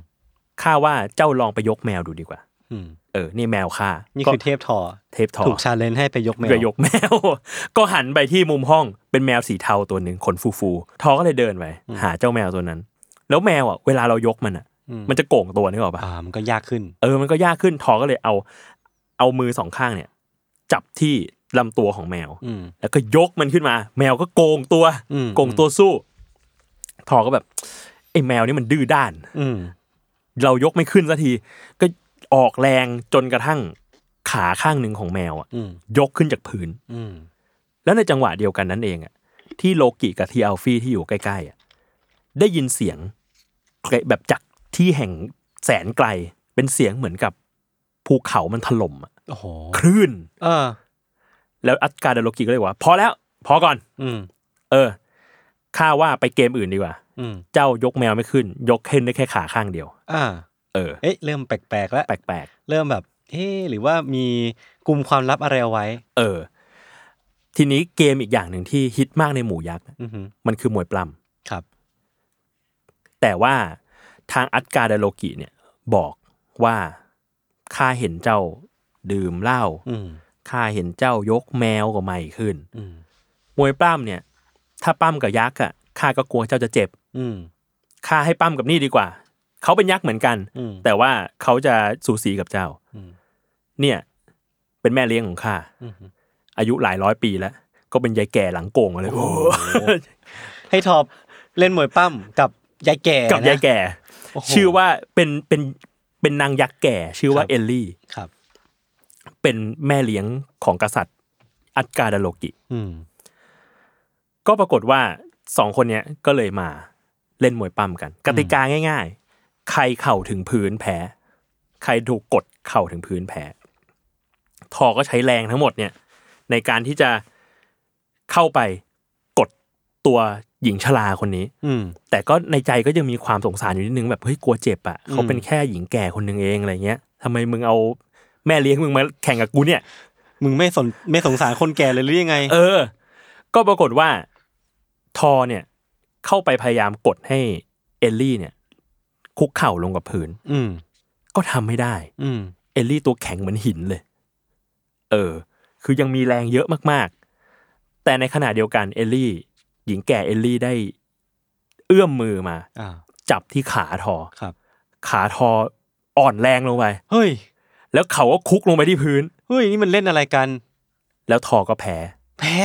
S2: ข้าว่าเจ้าลองไปยกแมวดูดีกว่า
S3: อืม
S2: เออ นี่แมวข้า
S3: นี่
S2: ก็
S3: คือเทพทอ
S2: เทปทอ
S3: ถูกชาเลนจ์ให้ไปยกแมว
S2: ไปยกแมว (laughs) ก็หันไปที่มุมห้อง เป็นแมวสีเทาตัวหนึ่งขนฟูฟูๆทอก็เลยเดินไปหาเจ้าแมวตัวนั้น แล้วแมวอ่ะ เวลาเรายกมันอ่ะ
S3: อื
S2: มันจะโก่งตัวนึกออกปะ
S3: อ่ามันก็ยากขึ้น
S2: เออ มันก็ยากขึ้น ทอก็เลยเอา เอามือสองข้างเนี่ย จับที่ลำตัวของแมว
S3: อืม
S2: แล้วก็ยกมันขึ้นมา แมวก็โกงตัว
S3: อืม
S2: โกงตัวสู้ ทอก็แบบไอ้แมวนี่มันดื้อด้าน
S3: อืม
S2: เรายกไม่ขึ้นสักที ก็ออกแรงจนกระทั่งขาข้างหนึ่งของแมวอะ
S3: อืม
S2: ยกขึ้นจากพื้น
S3: อืม
S2: แล้วในจังหวะเดียวกันนั้นเองอะที่โลกิกับทีอัลฟี่ที่อยู่ใกล้ๆอะได้ยินเสียงแบบจากที่แห่งแสนไกล เป็นเสียงเหมือนกับภูเขามันถล่มอะ
S3: โอ้โห
S2: คลื่น
S3: เออ
S2: แล้วอัดการดโลกิก็เลยบอกว่า พอแล้ว พอก่อน
S3: อืม
S2: เออข้าว่าไปเกมอื่นดีกว่า
S3: อืม
S2: เจ้ายกแมวไม่ขึ้น ยกขึ้นได้แค่ขาข้างเดียว
S3: อ่า
S2: เออ
S3: เอ๊ะเริ่มแปลกๆแล้ว
S2: แปลกๆ
S3: เริ่มแบบ เอ๊ะหรือว่ามีกลุ่มความลับอะไรเอาไว้
S2: เออ ทีนี้เกมอีกอย่างหนึ่งที่ฮิตมากในหมู่ยักษ์
S3: อือฮึ
S2: มันคือมวยปล้
S3: ครับ
S2: ำแต่ว่าทางอัดการ์ดาโลกิเนี่ย บอกว่าข้าเห็นเจ้าดื่มเหล้า
S3: อืม
S2: ข้าเห็นเจ้ายกแมวก็ไม่ขึ้น
S3: อืม
S2: มวยปล้ำเนี่ย ถ้าปล้ำกับยักษ์อ่ะข้าก็กลัวเจ้าจะเจ็บ
S3: อืม
S2: ข้าให้ปล้ำกับนี่ดีกว่า เขาเป็นยักษ์เหมือนกัน
S3: อืม
S2: แต่ว่าเขาจะสูสีกับเจ้า
S3: อืม
S2: เนี่ย เป็นแม่เลี้ยงของข้า
S3: อืม
S2: อายุหลายร้อยปีแล้ว ก็เป็นยายแก่หลังโกงมาเลย (laughs)
S3: ให้ทอปเล่นมวยปั้มกับยายแก่
S2: กับ
S3: นะ
S2: ยายแก่
S3: โอ้โห
S2: ชื่อว่าเป็นเป็นเป็นนางยักษ์แก่ ชื่อว่า
S3: ครับ
S2: เอลลี่
S3: ครับ
S2: เป็นแม่เลี้ยงของกษัตริย์ อัดการดาโลกิ
S3: อืม
S2: ก็ปรากฏว่าสองคนเนี้ยก็เลยมาเล่นมวยปั้มกัน กติกาง่าย ๆ ใครเข่าถึงพื้นแพ้ ใครถูกกดเข่าถึงพื้นแพ้ทอก็ใช้แรงทั้งหมดเนี่ย ในการที่จะเข้าไปกดตัวหญิงชราคนนี้
S3: อืม
S2: แต่ก็ในใจก็ยังมีความสงสารอยู่นิดนึงแบบเฮ้ยกลัวเจ็บอ่ะเขา
S3: อืม
S2: เป็นแค่หญิงแก่คนหนึ่งเองอะไรเงี้ยทำไมมึงเอาแม่เลี้ยงมึงมาแข่งกับกูเนี่ย
S3: มึงไม่สนไม่สงสารคนแก่เลยหรือยังไง
S2: เออ ก็ปรากฏว่าทอเนี่ย เข้าไปพยายามกดให้เอลลี่เนี่ย คุกเข่าลงกับพื้น
S3: อืม
S2: ก็ทำไม่ได้
S3: อืม
S2: เอลลี่ตัวแข็งเหมือนหินเลย เออ คือยังมีแรงเยอะมากๆ แต่ในขณะเดียวกันเอลลี่ หญิงแก่เอลลี่ได้เอื้อมมือมา
S3: อ่า
S2: จับที่ขาทอ
S3: ครับ
S2: ขาทออ่อนแรงลงไป
S3: เฮ้ย
S2: แล้วเขาก็คุกลงไปที่พื้น
S3: เฮ้ย นี่มันเล่นอะไรกัน
S2: แล้วทอก็แพ้
S3: แพ้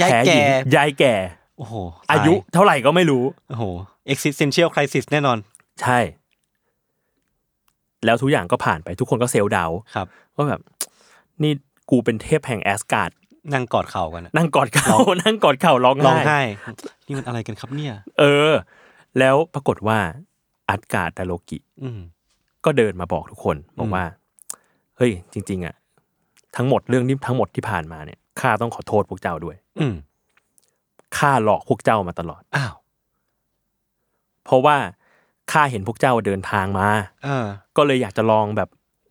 S3: ยาย
S2: แพ้
S3: แก่
S2: หญิงยายแก่
S3: โอ้โห
S2: อายุเท่าไหร่ก็ไม่รู้
S3: โอ้โห existential crisis แน่นอน
S2: ใช่ แล้วทุกอย่างก็ผ่านไปทุกคนก็เซลล์ดาวน์
S3: ครับ
S2: ว่าแบบ นี่กูเป็นเทพแห่งแอสการ์ด
S3: นั่งกอดเข่ากันอะ
S2: นั่งกอดเข่า นั่งกอดเข่าร้อง
S3: ร้อง
S2: ไห้
S3: ไห้ นี่มันอะไรกันครับเนี่ย
S2: เออ แล้วปรากฏว่าอัดการ์ดดาโลกิ
S3: อืม
S2: ก็เดินมาบอกทุกคนบอกว่า เฮ้ย จริง ๆ อ่ะ ทั้งหมดเรื่องนี้ทั้งหมดที่ผ่านมาเนี่ยข้าต้องขอโทษพวกเจ้าด้วย
S3: อืม
S2: ข้าหลอกพวกเจ้ามาตลอด
S3: อ้าว
S2: เพราะว่าข้าเห็นพวกเจ้าเดินทางมา
S3: เออ
S2: ก็เลยอยากจะลองแบบ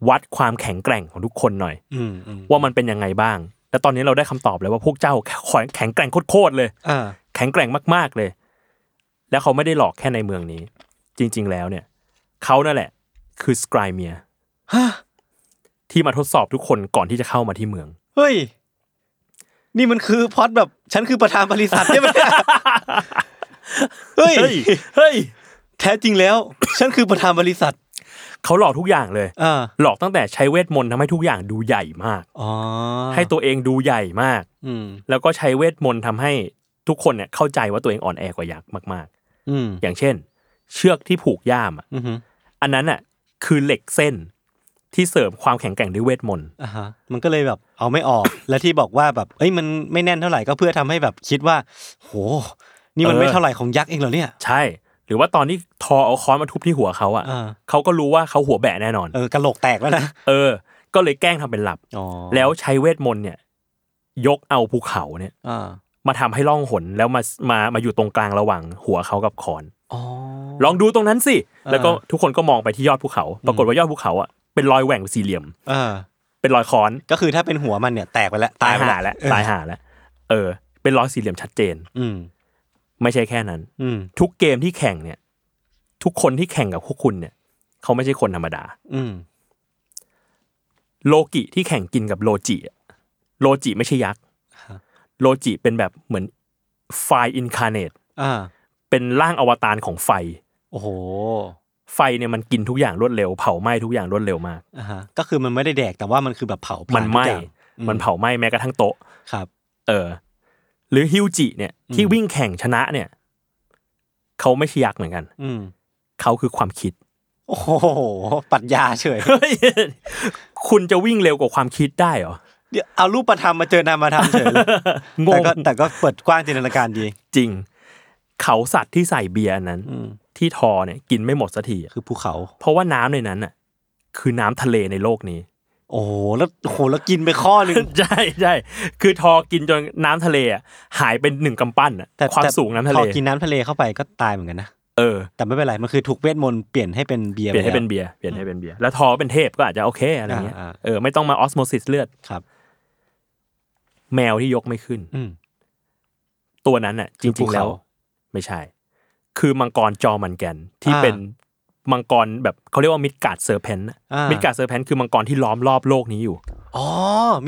S2: วัดความแข็งแกร่งของทุกคนหน่อย
S3: อืมอืม
S2: ว่ามันเป็นยังไงบ้าง แต่ตอนนี้เราได้คำตอบเลยว่าพวกเจ้าแข็งแกร่งโคตรๆเลย
S3: อ่า
S2: แข็งแกร่งมากๆเลย แล้วเขาไม่ได้หลอกแค่ในเมืองนี้ จริง ๆ แล้วเนี่ย เขานั่นแหละ คือสไกรเมีย
S3: ฮะ
S2: ที่มาทดสอบทุกคนก่อนที่จะเข้ามาที่เมือง
S3: เฮ้ย นี่มันคือพล็อดแบบ ฉันคือประธานบริษั
S2: (laughs)
S3: ทใช่ไหมเนี่ย (laughs) เฮ้ย
S2: เฮ้ย
S3: แท้จริงแล้ว ฉันคือประธานบริษัท
S2: เขาหลอกทุกอย่างเลย
S3: อ่า
S2: หลอกตั้งแต่ใช้เวทมนต์ทำให้ทุกอย่างดูใหญ่มาก
S3: อ๋อ
S2: ให้ตัวเองดูใหญ่มาก
S3: อืม
S2: แล้วก็ใช้เวทมนต์ทำให้ทุกคนเนี่ยเข้าใจว่าตัวเองอ่อนแอกว่ายักษ์มาก
S3: อืม
S2: ๆ อย่างเช่น เชือกที่ผูกย่ามอะ
S3: อือฮึ
S2: อันนั้นอ่ะคือเหล็กเส้นที่เสริมความแข็งแกร่งด้วยเวทมนต์
S3: อ่าฮะ มันก็เลยแบบเอาไม่ออก และที่บอกว่าแบบ เอ้ย มันไม่แน่นเท่าไหร่ก็เพื่อทำให้แบบคิดว่า โห นี่มัน
S2: เออ
S3: ไม่เท่าไหร่ของยักษ์เองเหรอเนี่ย
S2: ใช่ หรือว่าตอนที่ทอเอาค้อนมาทุบที่หัวเขาอ่ะ
S3: อ่า
S2: เขาก็รู้ว่าเขาหัวแบะแน่นอน
S3: เออกระโหลกแตกแล้วนะ
S2: เออ ก็เลยแกล้งทำเป็นหลับ
S3: อ๋อ
S2: แล้วใช้เวทมนต์เนี่ย ยกเอาภูเขาเนี่ย
S3: อ่า
S2: มาทำให้ล่องหนแล้วมามามาอยู่ตรงกลางระหว่างหัวเขากับคอน
S3: อ๋อ
S2: ลองดูตรงนั้นสิ
S3: อ่า
S2: แล้วก็ทุกคนก็มองไปที่ยอดภูเขา ปรากฏว่ายอดภูเขาอ่ะเป็นรอยแหว่งสี่เหลี่ยม
S3: อ่า
S2: เป็นรอยคอน
S3: ก็คือถ้าเป็นหัวมันเนี่ยแตกไปแล้ว
S2: ตายหา
S3: ไป
S2: แล้วตายหาแล้วเออ เป็นรอยสี่เหลี่ยมชัดเจน
S3: อืม
S2: ไม่ใช่แค่นั้น
S3: อืม
S2: ทุกเกมที่แข่งเนี่ย ทุกคนที่แข่งกับพวกคุณเนี่ยเขาไม่ใช่คนธรรมดา
S3: อืม
S2: โลกิที่แข่งกินกับโลจิอะโลจิไม่ใช่ยักษ์
S3: ฮะ
S2: โลจิเป็นแบบเหมือนไฟอินคาเนต
S3: อ่า
S2: เป็นร่างอวตารของไฟ
S3: โอ้โห
S2: ไฟเนี่ยมันกินทุกอย่างรวดเร็ว เผาไหม้ทุกอย่างรวดเร็วมาก
S3: อ่าฮะ ก็คือมันไม่ได้แดกแต่ว่ามันคือแบบเผาผ่า
S2: มันไหม้
S3: ทุกอย่างอื
S2: มันเผาไหม้แม้กระทั่งโต๊ะ
S3: ครับ
S2: เออ หรือฮิวจิเนี่ย
S3: อืม
S2: ที่วิ่งแข่งชนะเนี่ยเขาไม่ใช่ยักษ์เหมือนกัน
S3: อืม
S2: เขาคือความคิด
S3: โอ้โห ปรัชญาเฉย
S2: เฮ้ยคุณจะวิ่งเร็วกว่าความคิดได้ (laughs) เหรอ
S3: เดี๋ยวเอารูปประธรรมมาเจอนามประธรรมเฉยเลย
S2: ง
S3: แต่
S2: ง
S3: ก็แต่ก็เปิดกว้างจินตนาการดี
S2: จริง เขาสัตว์ที่ใส่เบียร์อันนั้น
S3: อืม
S2: ที่ทอเนี่ยกินไม่หมดสักทีอะ
S3: คือภูเขา
S2: เพราะว่าน้ำในนั้นน่ะ คือน้ำทะเลในโลกนี้
S3: โอ้โหแล้วโอ้โหแล้วกินไปข้อหนึง
S2: ใช่ใช่คือทอกินจนน้ำทะเลอะหายเป็นหนึ่งกำปั้นอะ
S3: แต่
S2: ความ
S3: แต่
S2: สูงน้ำทะเล
S3: พอกินน้ำทะเลเข้าไปก็ตายเหมือนกันนะ
S2: เออ
S3: แต่ไม่เป็นไร มันคือถูกเวทมนต์เปลี่ยนให้เป็นเบียร์
S2: เปลี่ยนให้
S3: ไแว
S2: เป็นเบียร์เปลี่ยนให้เป็นเบียร์แล้วทอเป็นเทพก็อาจจะโอเคอะไรเงี้ย
S3: อ่าอ่า
S2: เออไม่ต้องมาออสโมซิสเลือด
S3: ครับ
S2: แมวที่ยกไม่ขึ้น
S3: อืม
S2: ตัวนั้นน่ะ จ
S3: คื
S2: ริ
S3: อ
S2: ง
S3: ภู
S2: ๆ
S3: เขา
S2: แล้ว ไม่ใช่ คือมังกรจอมันแกนที่
S3: อ่า
S2: เป็นมังกรแบบเขาเรียกว่ามิดการ์ดเซอร์เพน
S3: อ่ามิ
S2: มิดการ์ดเซอร์เพนคือมังกรที่ล้อมรอบโลกนี้อยู่
S3: อ๋อ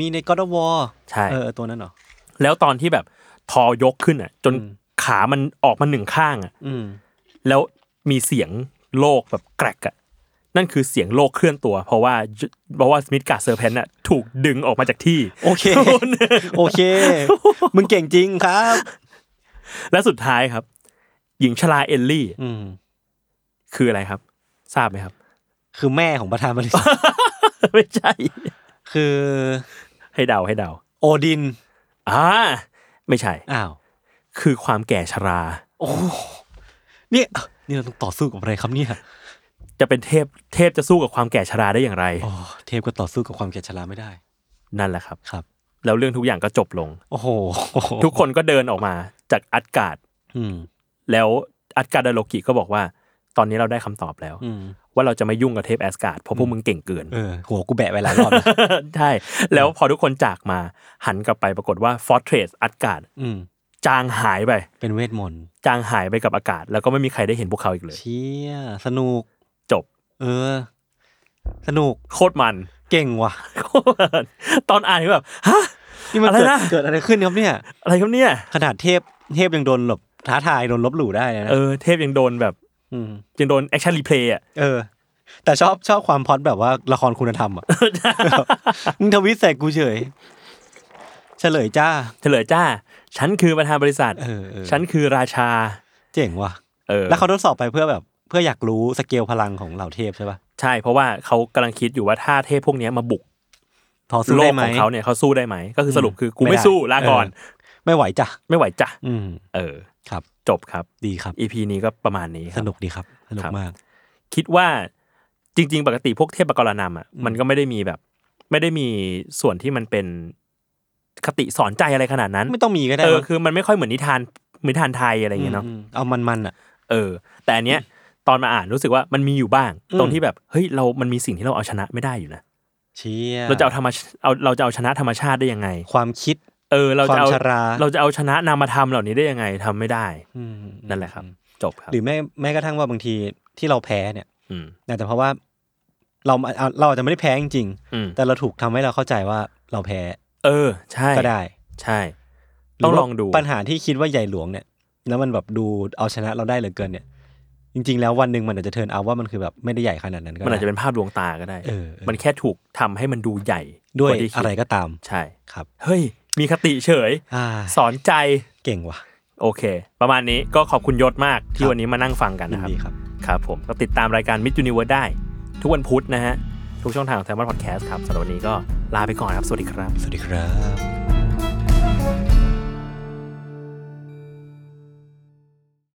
S3: มีใน God of War
S2: ใช่
S3: เออตัวนั้นเหรอ
S2: แล้วตอนที่แบบทอยกขึ้นอ่ะ จน
S3: อืม
S2: ขามันออกมาหนึ่งข้างอ่ะ
S3: อืม
S2: แล้วมีเสียงโลกแบบแกรกอ่ะ นั่นคือเสียงโลกเคลื่อนตัว เพราะว่าเพราะว่ามิดการ์ดเซอร์เพนน่ะถูกดึงออกมาจากที่
S3: โอเค โอเค มึงเก่งจริงครับ
S2: และสุดท้ายครับ หญิงชราเอลลี่
S3: อืม
S2: คืออะไรครับ (laughs) ทราบไหมครับ
S3: (laughs) คือแม่ของประธานบริษัท
S2: ไม่ใช่
S3: คือ
S2: ให้เดาให้เดา
S3: โอดิน
S2: อ่าไม่ใช่
S3: อ้าว
S2: คือความแก่ชรา
S3: โอ้เนี่ยนี่เราต้องต่อสู้กับอะไรครับเนี่ย
S2: จะเป็นเทพเทพจะสู้กับความแก่ชราได้อย่างไร
S3: โอ้เทพก็ต่อสู้กับความแก่ชราไม่ได้
S2: นั่นแหละครับ
S3: ครับ
S2: แล้วเรื่องทุกอย่างก็จบลง
S3: โอ้โห
S2: ทุกคนก็เดินออกมาจากอัดการ์ด
S3: อืม
S2: แล้วอัดการ์ดดาโลกิก็บอกว่า ตอนนี้เราได้คำตอบแล้ว
S3: อืม
S2: ว่าเราจะไม่ยุ่งกับเทพแอสการ์ดเพราะพวกมึงเก่งเกิน
S3: เออหัวกูแบะไปหลายร (laughs) อบนะ
S2: ใช่แล้วพอทุกคนจากมาหันกลับไปปรากฏว่าฟอร์เทรสอัดการ์ด
S3: อืม
S2: จางหายไป
S3: เป็นเวทมนต์
S2: จางหายไปกับอากาศ แล้วก็ไม่มีใครได้เห็นพวกเขาอีกเลย
S3: เชี่ยสนุก
S2: จบ
S3: เออ สนุก
S2: โคตรมัน
S3: เก่งว่ะ
S2: โคตรมัน ตอนอ่านนี่แบบ ฮะ
S3: นี่มัน
S2: อะไร
S3: เกิด
S2: นะ
S3: เกิดอะไรขึ้นครับเนี่ย
S2: อะไรครับเนี่ย
S3: ขนาดเทพเทพยังโดนหลบท้าทายโดนลบหลู่ได้เลยนะ
S2: เออ เทพยังโดนแบบ
S3: ม
S2: ยังโดนแอคชั่นรีเพลย์อ่ะ
S3: เออ แต่ชอบชอบความพล็อดแบบว่าละครคุณธรรม
S2: (laughs)
S3: อ่ะ มึงทวิตใส่กูเฉย เฉลยจ้า
S2: เฉลยจ้า ฉันคือประธานบริษัท
S3: เออเออ
S2: ฉันคือราชา
S3: เจ๋งว่ะ
S2: เออ
S3: แล้วเขาทดสอบไปเพื่อแบบ เพื่ออยากรู้สเกลพลังของเหล่าเทพใช่ป่ะ
S2: ใช่ เพราะว่าเขากำลังคิดอยู่ว่าถ้าเทพพวกเนี้ยมาบุก
S3: พอสู้
S2: โล
S3: ได้
S2: ก
S3: ไหม
S2: ของเขาเนี่ยเขาสู้ได้ไหม ก็คือสรุปคือกู
S3: ไม่
S2: ไม่
S3: ได้
S2: สู้ลาก่อน
S3: เอ ไม่ไหวจ้ะ
S2: ไม่ไหวจ้ะ
S3: อืม
S2: เออ
S3: ครับ
S2: จบครับ
S3: ดีครับ
S2: EP นี้ก็ประมาณนี้ค
S3: ส
S2: รับ
S3: นุกดีครับสนุก
S2: ครับ
S3: มาก
S2: คิดว่าจริง ๆ ปกติพวกเทพกรณามอ่ะมันก็ไม่ได้มีแบบ ไม่ได้มีส่วนที่มันเป็นคติสอนใจอะไรขนาดนั้น
S3: ไม่ต้องมีก็ได้
S2: เออ
S3: มั้ง
S2: คือมันไม่ค่อยเหมือนนิทานเหมือนนิทานไทยอะไรอย่างเงี้ยเนาะ
S3: อืมเอามันมันๆอ่ะ
S2: เออ แต่อันเนี้ยตอนมาอ่านรู้สึกว่ามันมีอยู่บ้าง
S3: อืม
S2: ตรงที่แบบเฮ้ยเรามันมีสิ่งที่เราเอาชนะไม่ได้อยู่นะ
S3: เชี่ย
S2: เราจะเอาธรรมชเอาเราจะเอาชนะธรรมชาติได้ยังไง
S3: ความคิด
S2: เออ เราจะเอา
S3: ความชรา
S2: เราจะเอาชนะนามธรรมเหล่านี้ได้ยังไงทำไม่ได้
S3: อืม
S2: นั่นแหละครับ จบครับ
S3: หรือแม้แม้กระทั่งว่าบางทีที่เราแพ้เนี่ย
S2: อืม
S3: นะแต่เพราะว่าเราเอาเราอาจจะไม่ได้แพ้จริง
S2: อืม
S3: ๆ แต่เราถูกทำให้เราเข้าใจว่าเราแพ้
S2: เออ ใช่
S3: ก็ได้
S2: ใช่ ต้องลองดู
S3: หรืว่าปัญหาที่คิดว่าใหญ่หลวงเนี่ย แล้วมันแบบดูเอาชนะเราได้เหลือเกินเนี่ย จริง ๆ แล้ววันหนึ่งมันอาจจะเทินเอาว่ามันคือแบบไม่ได้ใหญ่ขนาดนั้นก็
S2: มันอาจจะ
S3: ได้
S2: เป็นภาพลวงตาก็ได้
S3: เออเออ
S2: มันแค่ถูกทำให้มันดูใหญ่
S3: ด้วย
S2: กาที่คิ
S3: อะไรก็ตาม
S2: ใช่
S3: ครับ
S2: เฮ้ย มีคติเฉย
S3: อ่า
S2: สอนใจ
S3: เก่งว่ะ
S2: โอเค ประมาณนี้ก็ขอบคุณยศมาก
S3: ค
S2: ที่
S3: รับ
S2: วันนี้มานั่งฟังกัน
S3: ยิ
S2: นะค
S3: น
S2: รับ
S3: ดีครับ
S2: ครับผมก็ติดตามรายการ Mid Universe ได้ ทุกวันพุธนะฮะ ทุกช่องทางของ s ซ l m o n Podcast ครับสำหรับวันนี้ก็ลาไปก่อนครับ สวัสดีครับ
S3: สวัสดีครับ